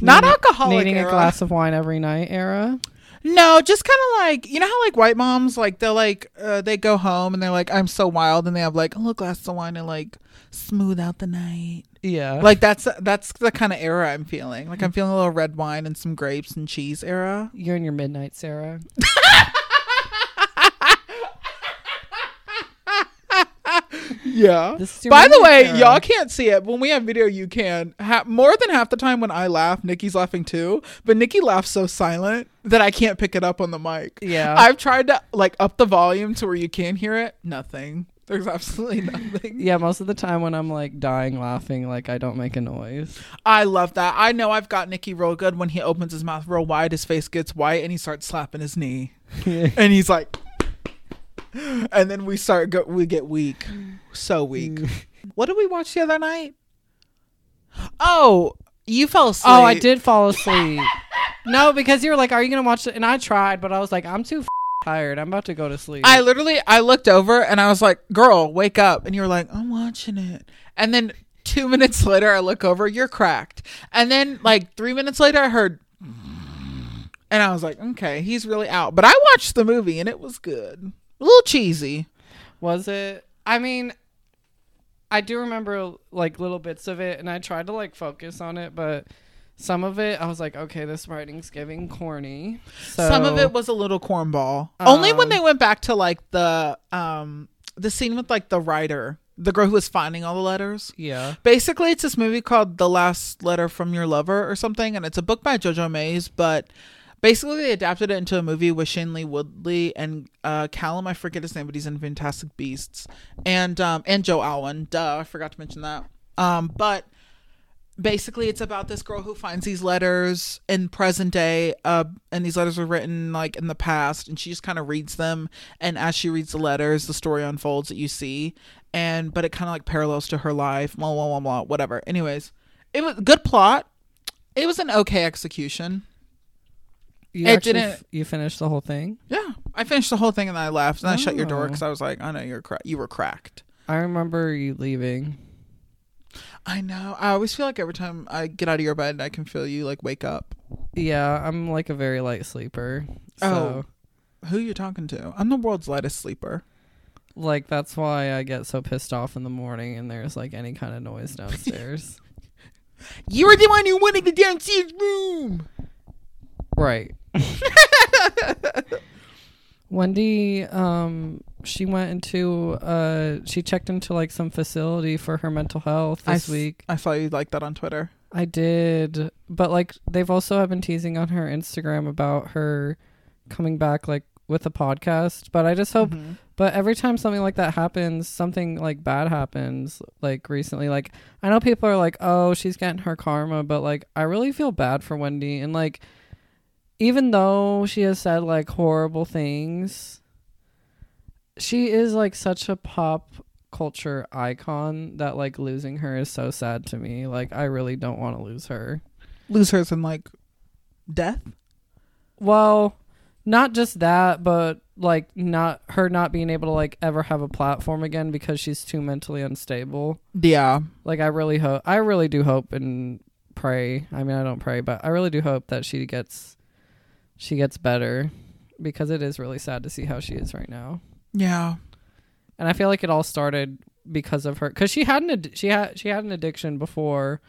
Speaker 1: not
Speaker 2: Needing-
Speaker 1: alcoholic.
Speaker 2: needing
Speaker 1: era.
Speaker 2: a glass of wine every night era.
Speaker 1: No, just kind of like you know how like white moms like they're like uh, they go home and they're like I'm so wild and they have like a little glass of wine to like smooth out the night.
Speaker 2: Yeah,
Speaker 1: Like that's that's the kind of era I'm feeling. Like I'm feeling a little red wine and some grapes and cheese era.
Speaker 2: you're in your midnight, Sarah.
Speaker 1: Yeah.
Speaker 2: This is your
Speaker 1: By the
Speaker 2: midnight
Speaker 1: way,
Speaker 2: era.
Speaker 1: y'all can't see it. When we have video, you can. Ha- more than half the time when I laugh, Nikki's laughing too. But Nikki laughs so silent that I can't pick it up on the mic.
Speaker 2: Yeah.
Speaker 1: I've tried to like up the volume to where you can hear it. Nothing. There's absolutely nothing.
Speaker 2: Yeah, most of the time when I'm like dying laughing, like I don't make a noise.
Speaker 1: I love that. I know I've got Nikki real good when he opens his mouth real wide, his face gets white, and he starts slapping his knee,
Speaker 2: Oh,
Speaker 1: and he's like, and then we start go- we get weak, so weak. what did we watch the other night? Oh, you fell asleep.
Speaker 2: Oh, I did fall asleep. no, because you were like, "Are you gonna watch it?" And I tried, but I was like, "I'm too f- tired. I'm about to go to sleep."
Speaker 1: I literally I looked over and I was like, "Girl, wake up!" And you were like, "I'm watching it." And then two minutes later, I look over, you're cracked. And then like three minutes later, I heard, and I was like, "Okay, he's really out." But I watched the movie and it was good, a little cheesy.
Speaker 2: was it? I mean, I do remember like little bits of it, and I tried to like focus on it, but Some of it, I was like, okay, this writing's giving corny. So,
Speaker 1: Some of it was a little cornball. Only when
Speaker 2: Um,
Speaker 1: they went back to like the um the scene with like the writer, the girl who was finding all the letters.
Speaker 2: yeah,
Speaker 1: Basically, it's this movie called The Last Letter from Your Lover or something, and it's a book by Jojo Mays, but basically they adapted it into a movie with Shane Lee Woodley and uh, Callum, I forget his name, but he's in Fantastic Beasts, and um, and Joe Alwyn. Duh, I forgot to mention that. Um, but basically it's about this girl who finds these letters in present day uh, and these letters were written like in the past and she just kind of reads them and as she reads the letters the story unfolds that you see and but it kind of like parallels to her life blah blah blah blah whatever anyways it was good plot it was an okay execution
Speaker 2: you
Speaker 1: It
Speaker 2: actually
Speaker 1: didn't-
Speaker 2: f- you finished the whole thing.
Speaker 1: yeah i finished the whole thing and then i left and i shut your door
Speaker 2: Oh.
Speaker 1: because i was like i know you're cra- you were cracked
Speaker 2: I remember you leaving.
Speaker 1: i know i always feel like every time i get out of your bed i can feel you like wake up
Speaker 2: Yeah, I'm like a very light sleeper.
Speaker 1: Oh.
Speaker 2: So,
Speaker 1: who you talking to i'm the world's lightest sleeper
Speaker 2: like that's why I get so pissed off in the morning and there's like any kind of noise downstairs.
Speaker 1: You were the one who wanted the downstairs room.
Speaker 2: right. Wendy, um, she went into uh, she checked into like some facility for her mental health
Speaker 1: I
Speaker 2: this
Speaker 1: s-
Speaker 2: week.
Speaker 1: I saw you like that on Twitter.
Speaker 2: I did, but like they've also have been teasing on her Instagram about her coming back like with a podcast. But I just hope
Speaker 1: Mm-hmm.
Speaker 2: But every time something like that happens, something like bad happens, like recently, like I know people are like, oh, she's getting her karma, but like I really feel bad for Wendy. And like, even though she has said like horrible things, she is like such a pop culture icon that like losing her is so sad to me. Like, I really don't want to lose her.
Speaker 1: Lose hers in like death.
Speaker 2: Well, not just that, but like not her not being able to like ever have a platform again because she's too mentally unstable.
Speaker 1: Yeah,
Speaker 2: Like I really hope I really do hope and pray. I mean, I don't pray, but I really do hope that she gets she gets better because it is really sad to see how she is right now.
Speaker 1: yeah,
Speaker 2: And I feel like it all started because of her cuz she had an ad- she had she had an addiction before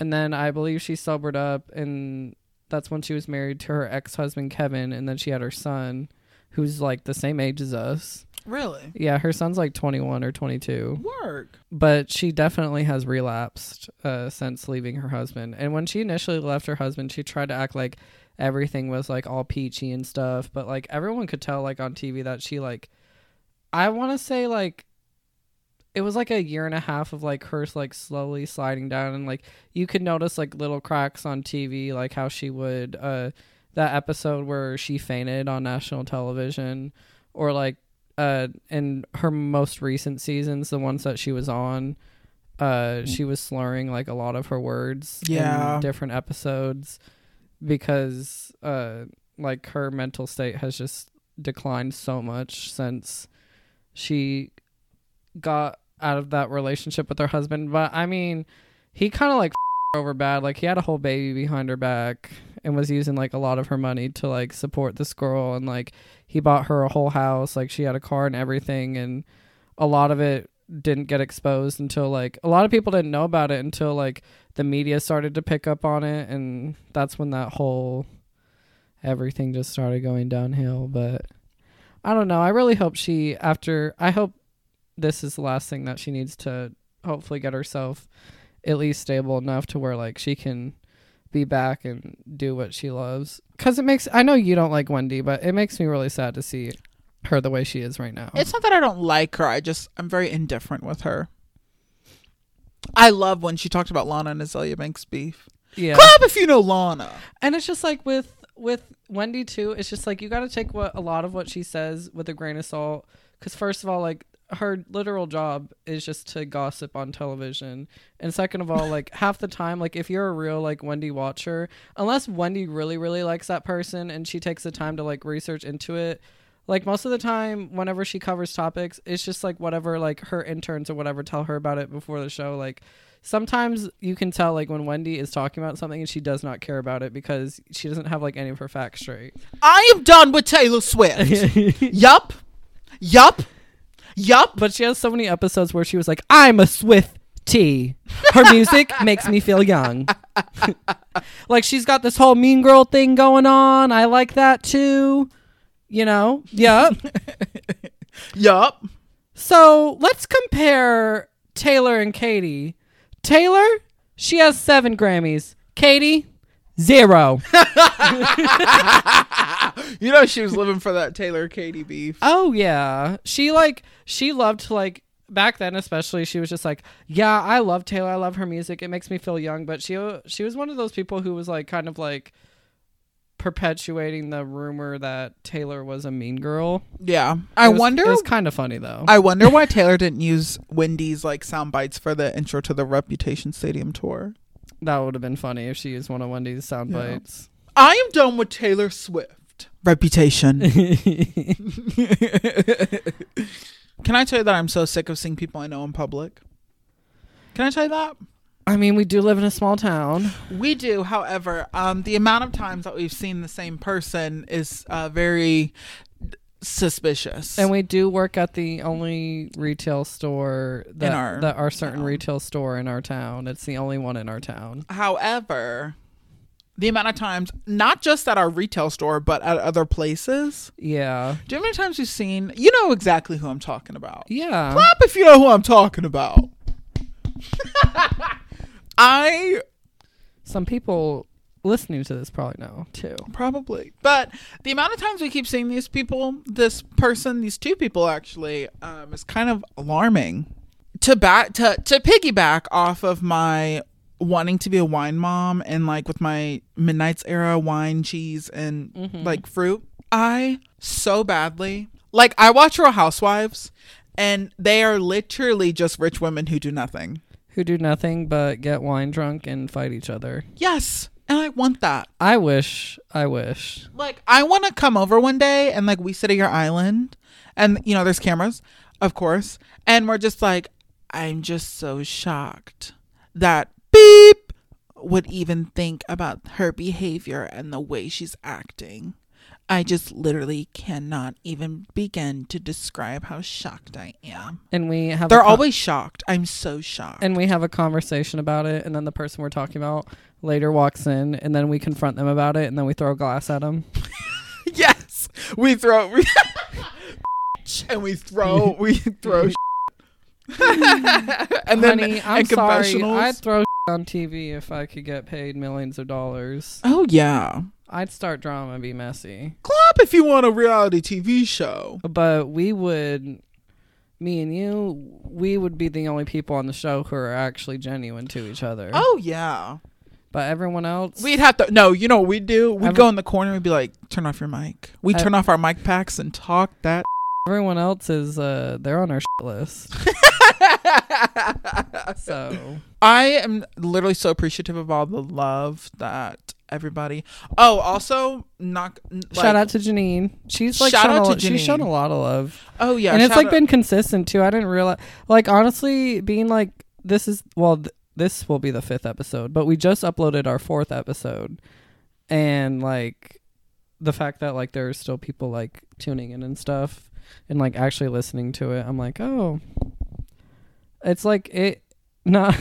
Speaker 2: and then I believe she sobered up and that's when she was married to her ex-husband Kevin and then she had her son who's like the same age as us.
Speaker 1: really.
Speaker 2: Yeah, her son's like 21 or 22
Speaker 1: Work.
Speaker 2: but she definitely has relapsed uh, since leaving her husband. And when she initially left her husband, she tried to act like everything was like all peachy and stuff. But like everyone could tell, like on TV, that she like, I want to say like, it was like a year and a half of like her like slowly sliding down, and like you could notice like little cracks on TV, like how she would uh that episode where she fainted on national television, or like uh in her most recent seasons the ones that she was on uh she was slurring like a lot of her words
Speaker 1: Yeah.
Speaker 2: in different episodes because uh like her mental state has just declined so much since she got out of that relationship with her husband but i mean he kind of like her over bad like he had a whole baby behind her back and was using like a lot of her money to like support this girl and like he bought her a whole house like she had a car and everything and a lot of it didn't get exposed until like a lot of people didn't know about it until like the media started to pick up on it and that's when that whole everything just started going downhill but i don't know i really hope she after i hope this is the last thing that she needs to hopefully get herself at least stable enough to where like she can be back and do what she loves. Because it makes, I know you don't like Wendy, but it makes me really sad to see her the way she is right now.
Speaker 1: It's not that I don't like her. I just I'm very indifferent with her. I love when she talked about Lana and Azalea Banks beef.
Speaker 2: yeah.
Speaker 1: Clap if you know Lana.
Speaker 2: And it's just like with, with Wendy too, it's just like you got to take what a lot of what she says with a grain of salt. Because first of all, like her literal job is just to gossip on television. And second of all, like half the time, like if you're a real like Wendy watcher, unless Wendy really, really likes that person and she takes the time to like research into it, like most of the time whenever she covers topics it's just like whatever like her interns or whatever tell her about it before the show like sometimes you can tell like when wendy is talking about something and she does not care about it because she doesn't have like any of her facts straight
Speaker 1: I am done with Taylor Swift. yup, yup, yup.
Speaker 2: but she has so many episodes where she was like i'm a swift tea her music makes me feel young like she's got this whole mean girl thing going on. I like that too. You know? Yeah.
Speaker 1: Yup.
Speaker 2: so let's compare Taylor and Katie. Taylor, she has seven Grammys. Katie, zero.
Speaker 1: You know she was living for that Taylor Katie beef.
Speaker 2: Oh yeah. She like she loved to like back then especially she was just like, "Yeah, I love Taylor. I love her music. It makes me feel young." But she she was one of those people who was like kind of like perpetuating the rumor that Taylor was a mean girl.
Speaker 1: Yeah. I
Speaker 2: It was-
Speaker 1: wonder
Speaker 2: It was kind of funny though.
Speaker 1: I wonder why Taylor didn't use Wendy's like sound bites for the intro to the Reputation Stadium tour.
Speaker 2: that would have been funny if she used one of Wendy's sound
Speaker 1: Yeah.
Speaker 2: bites.
Speaker 1: I am done with Taylor Swift. Reputation. Can I tell you that I'm so sick of seeing people I know in public? Can I tell you that?
Speaker 2: I mean, we do live in a small town.
Speaker 1: We do, however, um, the amount of times that we've seen the same person is uh, very suspicious.
Speaker 2: And we do work at the only retail store that
Speaker 1: our
Speaker 2: that our certain
Speaker 1: town.
Speaker 2: retail store in our town. It's the only one in our town.
Speaker 1: however, the amount of times, not just at our retail store, but at other places.
Speaker 2: Yeah.
Speaker 1: Do you know how many times you've seen? You know exactly who I'm talking about.
Speaker 2: Yeah.
Speaker 1: Clap if you know who I'm talking about. I
Speaker 2: Some people listening to this probably know too.
Speaker 1: probably, but the amount of times we keep seeing these people, this person, these two people actually, um, is kind of alarming. To back to to piggyback off of my wanting to be a wine mom and like with my midnight's era wine, cheese, and like fruit, I so badly like I watch Real Housewives, and they are literally just rich women who do nothing.
Speaker 2: Who do nothing but get wine drunk and fight each other.
Speaker 1: Yes, and I want that.
Speaker 2: I wish. I wish.
Speaker 1: Like I want to come over one day and like we sit at your island and you know there's cameras, of course, and we're just like I'm just so shocked that beep would even think about her behavior and the way she's acting. I just literally cannot even begin to describe how shocked I am.
Speaker 2: And we have. a
Speaker 1: They're
Speaker 2: con-
Speaker 1: always shocked. I'm so shocked.
Speaker 2: And we have a conversation about it, and then the person we're talking about later walks in, and then we confront them about it, and then we throw a glass at them.
Speaker 1: yes, we throw and we throw we throw and then
Speaker 2: Honey, I'm
Speaker 1: and
Speaker 2: sorry.
Speaker 1: confessionals.
Speaker 2: I'd throw on TV if I could get paid millions of dollars.
Speaker 1: oh yeah,
Speaker 2: I'd start drama, and be messy,
Speaker 1: clap if you want a reality TV show.
Speaker 2: but we would. Me and you, we would be the only people on the show who are actually genuine to each other.
Speaker 1: Oh yeah,
Speaker 2: But everyone else,
Speaker 1: we'd have to. No, you know what we'd do? We'd
Speaker 2: I've-
Speaker 1: go in the corner and be like, "Turn off your mic." We
Speaker 2: I-
Speaker 1: turn off our mic packs and talk that.
Speaker 2: everyone else is uh, they're on our shit list. So
Speaker 1: I am literally so appreciative of all the love that everybody. Oh, also, not like,
Speaker 2: shout out to Janine. She's like
Speaker 1: Shout
Speaker 2: shown
Speaker 1: out
Speaker 2: a,
Speaker 1: to
Speaker 2: she's shown
Speaker 1: Janine.
Speaker 2: a lot of love,
Speaker 1: Oh yeah,
Speaker 2: and it's
Speaker 1: shout
Speaker 2: like
Speaker 1: out-
Speaker 2: been consistent too. I didn't realize, like honestly, being like this is well, th- this will be the fifth episode, but we just uploaded our fourth episode, and like the fact that like there are still people like tuning in and stuff, and like actually listening to it, I'm like, oh, it's like it not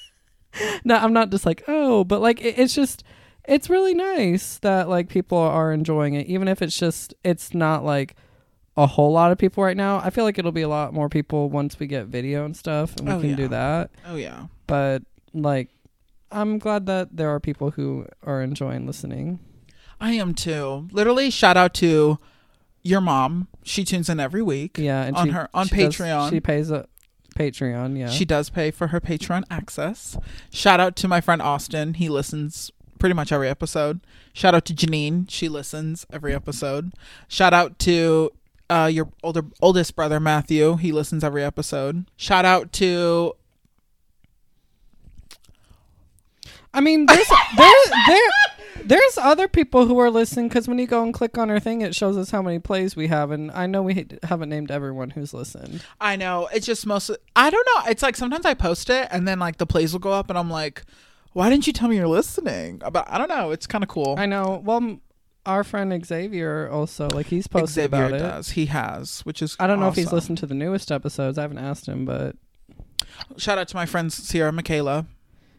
Speaker 2: no i'm not just like oh but like it, it's just it's really nice that like people are enjoying it even if it's just it's not like a whole lot of people right now i feel like it'll be a lot more people once we get video and stuff and we
Speaker 1: Oh,
Speaker 2: can
Speaker 1: yeah.
Speaker 2: do that
Speaker 1: Oh yeah.
Speaker 2: but like i'm glad that there are people who are enjoying listening
Speaker 1: I am too. Literally, shout out to your mom. She tunes in every week.
Speaker 2: yeah and
Speaker 1: On
Speaker 2: she-
Speaker 1: her- on
Speaker 2: she does-
Speaker 1: Patreon.
Speaker 2: she pays a patreon yeah
Speaker 1: She does pay for her Patreon access. Shout out to my friend Austin. He listens pretty much every episode. Shout out to Janine. She listens every episode. Shout out to uh, your older oldest brother Matthew. He listens every episode. Shout out to
Speaker 2: I mean, there's there, there there's other people who are listening because when you go and click on her thing, it shows us how many plays we have, and I know we ha- haven't named everyone who's listened.
Speaker 1: I know. It's just mostly I don't know. It's like sometimes I post it and then like the plays will go up and I'm like, why didn't you tell me you're listening? But I don't know. It's kind of cool.
Speaker 2: I know. Well, m- our friend Xavier also like he's posted
Speaker 1: Xavier
Speaker 2: about it.
Speaker 1: does. He has, which is
Speaker 2: I don't know if he's
Speaker 1: awesome.
Speaker 2: listened to the newest episodes. I haven't asked him, but
Speaker 1: Shout out to my friends Sierra, Michaela,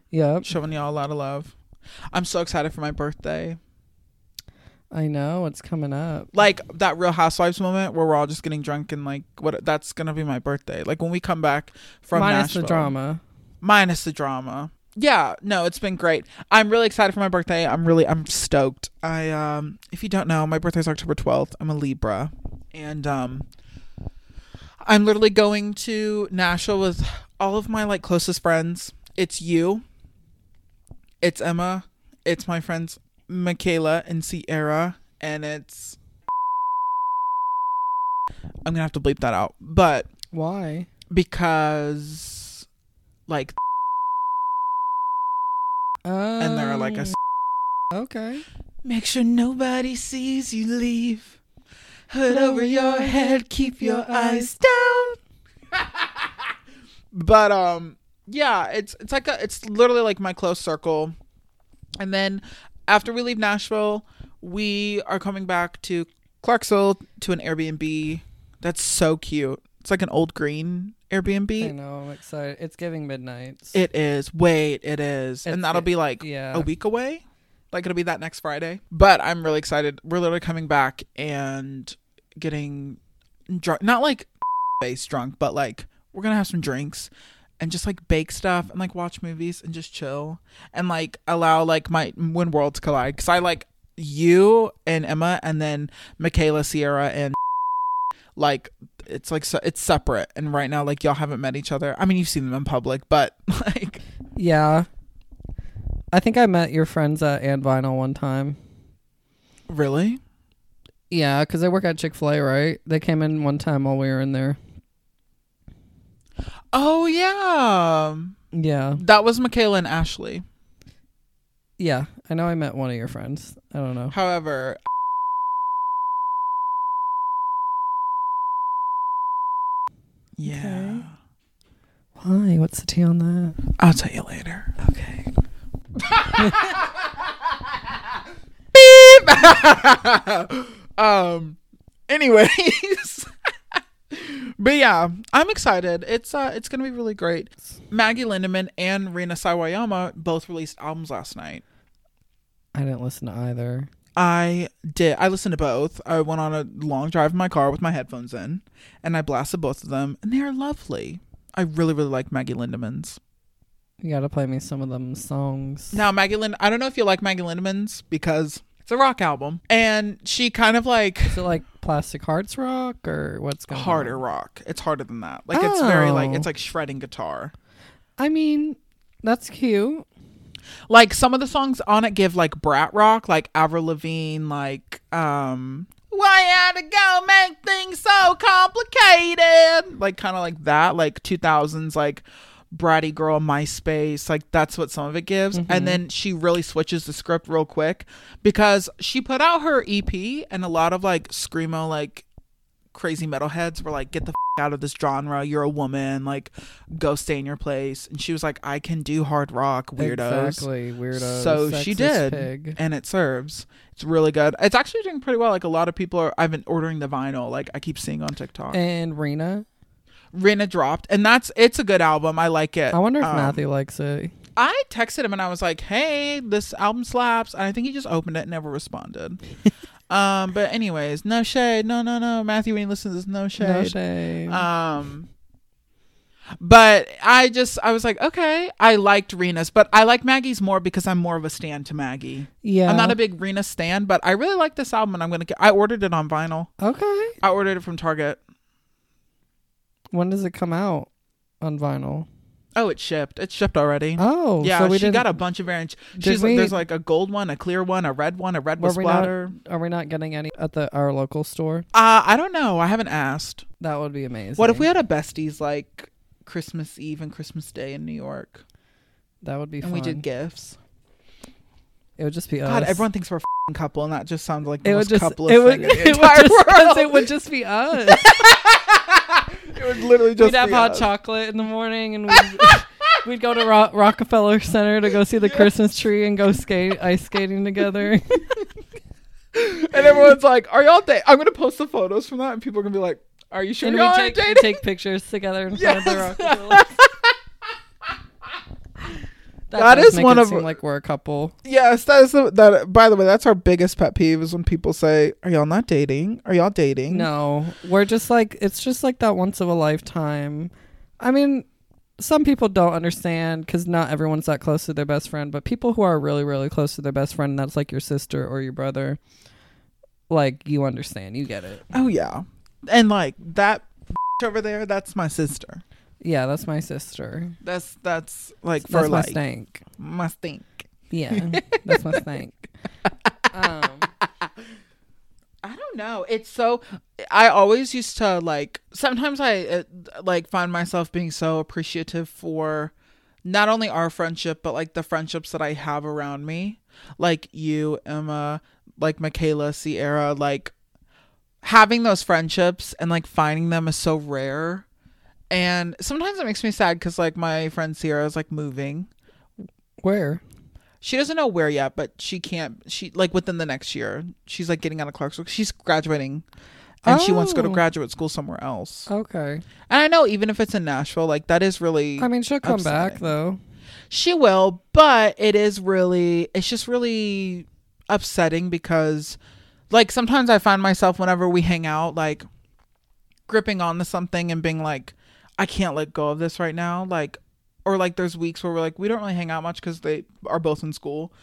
Speaker 2: yeah,
Speaker 1: showing y'all a lot of love. I'm so excited for my birthday.
Speaker 2: I know it's coming up.
Speaker 1: Like that Real Housewives moment where we're all just getting drunk and like what that's gonna be my birthday. Like when we come back from
Speaker 2: Minus
Speaker 1: Nashville,
Speaker 2: the drama.
Speaker 1: minus the drama. Yeah, no, it's been great. I'm really excited for my birthday. I'm really I'm stoked. I um if you don't know, my birthday's October 12th. I'm a Libra and um I'm literally going to Nashville with all of my like closest friends. It's you. It's Emma. It's my friends Michaela and Sierra and it's I'm going to have to bleep that out. But
Speaker 2: Why?
Speaker 1: because like and they're like a s-
Speaker 2: Oh, okay.
Speaker 1: Um, make sure nobody sees you leave hood over your head keep your eyes down but um yeah it's it's like a, it's literally like my close circle and then after we leave nashville we are coming back to clarksville to an airbnb that's so cute it's like an old green
Speaker 2: I
Speaker 1: airbnb
Speaker 2: know. I'm excited. It's giving midnights.
Speaker 1: it is wait it is
Speaker 2: It's-
Speaker 1: and that'll
Speaker 2: it-
Speaker 1: be like
Speaker 2: yeah.
Speaker 1: a week away. Like it'll be that next Friday. But I'm really excited. We're literally coming back and getting drunk. Not like face drunk, but like we're gonna have some drinks and just like bake stuff and like watch movies and just chill and like allow like my when worlds collide because I like you and Emma and then Michaela Sierra and like it's like so it's separate and right now like y'all haven't met each other I mean you've seen them in public but like
Speaker 2: Yeah. I think I met your friends at And Vinyl one time.
Speaker 1: really
Speaker 2: Yeah, because they work at Chick Fil A, right? They came in one time while we were in there.
Speaker 1: Oh yeah.
Speaker 2: Yeah,
Speaker 1: That was Michaela and Ashley.
Speaker 2: yeah. I know I met one of your friends. I don't know.
Speaker 1: However, Yeah.
Speaker 2: Okay. Why? What's the tea on that?
Speaker 1: I'll tell you later.
Speaker 2: Okay.
Speaker 1: Beep. um anyways. but yeah, I'm excited. It's uh it's going to be really great. Maggie Lindemann and Rina Sawayama both released albums last night.
Speaker 2: I didn't listen to either.
Speaker 1: I did. I listened to both. I went on a long drive in my car with my headphones in, and I blasted both of them, and they are lovely. I really, really like Maggie Lindemans.
Speaker 2: You gotta play me some of them songs.
Speaker 1: Now, Maggie Lind, I don't know if you like Maggie Lindemans because it's a rock album, and she kind of like
Speaker 2: Is it like Plastic Hearts Rock or what's going
Speaker 1: harder
Speaker 2: on?
Speaker 1: rock. It's harder than that. Like it's very like
Speaker 2: Oh.
Speaker 1: it's like shredding guitar.
Speaker 2: I mean, that's cute.
Speaker 1: Like some of the songs on it give like brat rock, like Avril Lavigne, like um. Why I had to go make things so complicated? Like kind of like that, like two thousands, like bratty girl MySpace. Like that's what some of it gives, and then she really switches the script real quick because she put out her EP, and a lot of like screamo, like crazy metalheads were like, "Get the f- out of this genre. You're a woman. Like, go stay in your place." And she was like, "I can do hard rock, weirdos."
Speaker 2: Exactly. Weirdos.
Speaker 1: So she
Speaker 2: sexist
Speaker 1: did.
Speaker 2: Pig.
Speaker 1: and it serves. It's really good. It's actually doing pretty well. Like a lot of people are. I've been ordering the vinyl. Like I keep seeing on TikTok.
Speaker 2: And Rena.
Speaker 1: Rena dropped, and that's it's a good album. I like it.
Speaker 2: I wonder if
Speaker 1: Um,
Speaker 2: Matthew likes it.
Speaker 1: I texted him and I was like, "Hey, this album slaps," and I think he just opened it, and never responded. um, but anyways, no shade, no, no, no, Matthew. When you listen to this, no shade.
Speaker 2: No shame.
Speaker 1: Um, but I just I was like, okay, I liked Rena's, but I like Maggie's more because I'm more of a stan to Maggie.
Speaker 2: yeah.
Speaker 1: I'm not a big Rena stan, but I really like this album, and I'm gonna. Get, I ordered it on vinyl.
Speaker 2: Okay.
Speaker 1: I ordered it from Target.
Speaker 2: When does it come out on vinyl?
Speaker 1: Oh, it shipped. It shipped already.
Speaker 2: Oh,
Speaker 1: yeah,
Speaker 2: so we
Speaker 1: she
Speaker 2: didn't,
Speaker 1: got a bunch of variants.
Speaker 2: did
Speaker 1: She's like,
Speaker 2: we-
Speaker 1: there's like a gold one, a clear one, a red one, a red with
Speaker 2: Were we not-
Speaker 1: splatter.
Speaker 2: Are we not getting any at the our local store?
Speaker 1: Uh, I don't know. I haven't asked.
Speaker 2: That would be amazing.
Speaker 1: What if we had a besties like Christmas Eve and Christmas Day in New York,
Speaker 2: That would be
Speaker 1: and
Speaker 2: fun.
Speaker 1: we did gifts?
Speaker 2: It would just be
Speaker 1: God,
Speaker 2: us.
Speaker 1: everyone thinks we're a fing couple, and that just sounds like the
Speaker 2: It would
Speaker 1: most
Speaker 2: just.
Speaker 1: couple
Speaker 2: it
Speaker 1: of
Speaker 2: would.
Speaker 1: thing in the
Speaker 2: It
Speaker 1: entire
Speaker 2: would just. 'cause
Speaker 1: world.
Speaker 2: It would just be us.
Speaker 1: It would literally just
Speaker 2: we'd have
Speaker 1: be
Speaker 2: hot
Speaker 1: us.
Speaker 2: chocolate in the morning, and we'd, we'd go to Ro- Rockefeller Center to go see the Christmas tree and go skate ice skating together.
Speaker 1: And everyone's like, "Are y'all dating?" I'm gonna post the photos from that, and people are gonna be like, "Are you sure
Speaker 2: and
Speaker 1: y'all
Speaker 2: we
Speaker 1: aren't
Speaker 2: take
Speaker 1: dating?"
Speaker 2: take pictures together in front of the
Speaker 1: Yes.
Speaker 2: Rockefeller.
Speaker 1: That
Speaker 2: does
Speaker 1: is
Speaker 2: make
Speaker 1: one
Speaker 2: it
Speaker 1: of-
Speaker 2: seem like we're a couple.
Speaker 1: Yes, that is the, that. By the way, that's our biggest pet peeve is when people say, "Are y'all not dating? Are y'all dating?"
Speaker 2: No, we're just like it's just like that once of a lifetime. I mean, some people don't understand because not everyone's that close to their best friend, but people who are really, really close to their best friend, that's like your sister or your brother. Like you understand, you get it.
Speaker 1: Oh yeah, and like that over there, that's my sister.
Speaker 2: Yeah, that's my sister.
Speaker 1: That's that's like for
Speaker 2: That's my
Speaker 1: like
Speaker 2: stank.
Speaker 1: my stink.
Speaker 2: Yeah, that's my stank. Um,
Speaker 1: I don't know. It's so. I always used to like. Sometimes I uh, like find myself being so appreciative for not only our friendship, but like the friendships that I have around me, like you, Emma, like Michaela, Sierra, like having those friendships and like finding them is so rare. And sometimes it makes me sad because like my friend Sierra is like moving.
Speaker 2: where?
Speaker 1: She doesn't know where yet, but she can't. She like within the next year, she's like getting out of Clarksville. She's graduating, and she wants to go to
Speaker 2: Oh.
Speaker 1: graduate school somewhere else.
Speaker 2: Okay.
Speaker 1: And I know even if it's in Nashville, like that is really
Speaker 2: I mean, she'll come back
Speaker 1: upsetting.
Speaker 2: though.
Speaker 1: she will, but it is really it's just really upsetting because like sometimes I find myself whenever we hang out like gripping onto something and being like I can't let go of this right now like or like there's weeks where we're like we don't really hang out much cuz they are both in school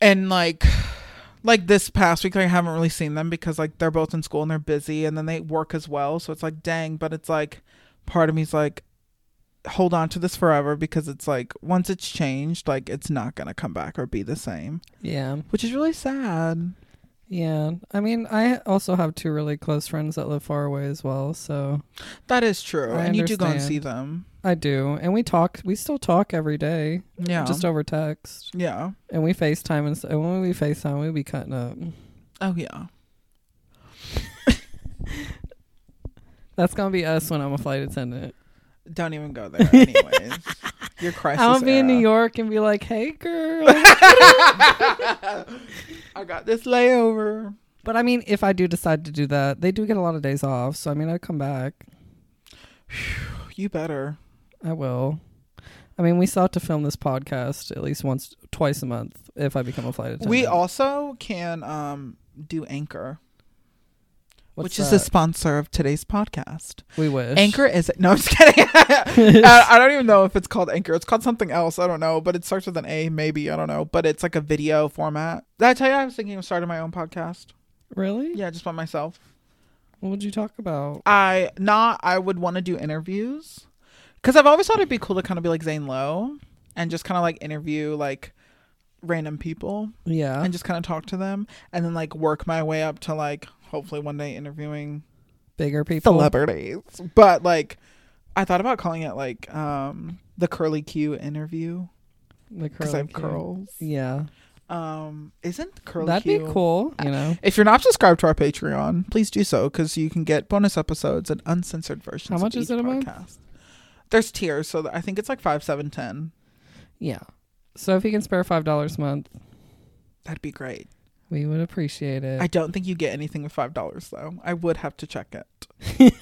Speaker 1: and like like this past week like, I haven't really seen them because like they're both in school and they're busy and then they work as well so it's like dang but it's like part of me's like hold on to this forever because it's like once it's changed like it's not going to come back or be the same
Speaker 2: Yeah.
Speaker 1: which is really sad
Speaker 2: Yeah. I mean, I also have two really close friends that live far away as well. So
Speaker 1: that is true
Speaker 2: I
Speaker 1: and you do go and
Speaker 2: understand.
Speaker 1: see them
Speaker 2: I do. And we talk, we still talk every day,
Speaker 1: yeah
Speaker 2: just over text.
Speaker 1: yeah
Speaker 2: And we FaceTime. And, s- and when we FaceTime, we be cutting up.
Speaker 1: oh yeah
Speaker 2: That's going to be us when I'm a flight attendant.
Speaker 1: don't even go there anyways you're crisis
Speaker 2: I'll be in
Speaker 1: era.
Speaker 2: New York and be like, hey, girl.
Speaker 1: i got this layover
Speaker 2: but I mean, if I do decide to do that, they do get a lot of days off. So I mean, I'd come back.
Speaker 1: you better
Speaker 2: I will. I mean, we still have to film this podcast at least once, twice a month if I become a flight attendant.
Speaker 1: we also can um do anchor
Speaker 2: What's
Speaker 1: which is the
Speaker 2: that?
Speaker 1: sponsor of today's podcast
Speaker 2: we wish
Speaker 1: Anchor uh, is no, I'm just kidding. I, I don't even know if it's called Anchor. It's called something else. I don't know, but it starts with an A, maybe. I don't know, but it's like a video format. Did I tell you I was thinking of starting my own podcast?
Speaker 2: Really?
Speaker 1: Yeah, just by myself.
Speaker 2: What would you talk about?
Speaker 1: I not. I would want to do interviews because I've always thought it'd be cool to kind of be like Zane Lowe and just kind of like interview like random people
Speaker 2: Yeah.
Speaker 1: and just kind of talk to them and then like work my way up to like hopefully one day interviewing
Speaker 2: Bigger people.
Speaker 1: celebrities. But like, I thought about calling it like um the curly Q interview
Speaker 2: The
Speaker 1: because I have
Speaker 2: curly Q.
Speaker 1: curls.
Speaker 2: Yeah.
Speaker 1: Um, isn't curly
Speaker 2: That'd
Speaker 1: Q? Uh,
Speaker 2: be cool, you know.
Speaker 1: If you're not subscribed to our Patreon, please do so because you can get bonus episodes and uncensored versions.
Speaker 2: How much
Speaker 1: of
Speaker 2: is
Speaker 1: each
Speaker 2: it a month?
Speaker 1: podcast. There's tiers, so I think it's like five, seven, ten.
Speaker 2: Yeah. So if you can spare five dollars a month,
Speaker 1: That'd be great.
Speaker 2: we would appreciate it.
Speaker 1: I don't think you get anything with five dollars though. I would have to check it.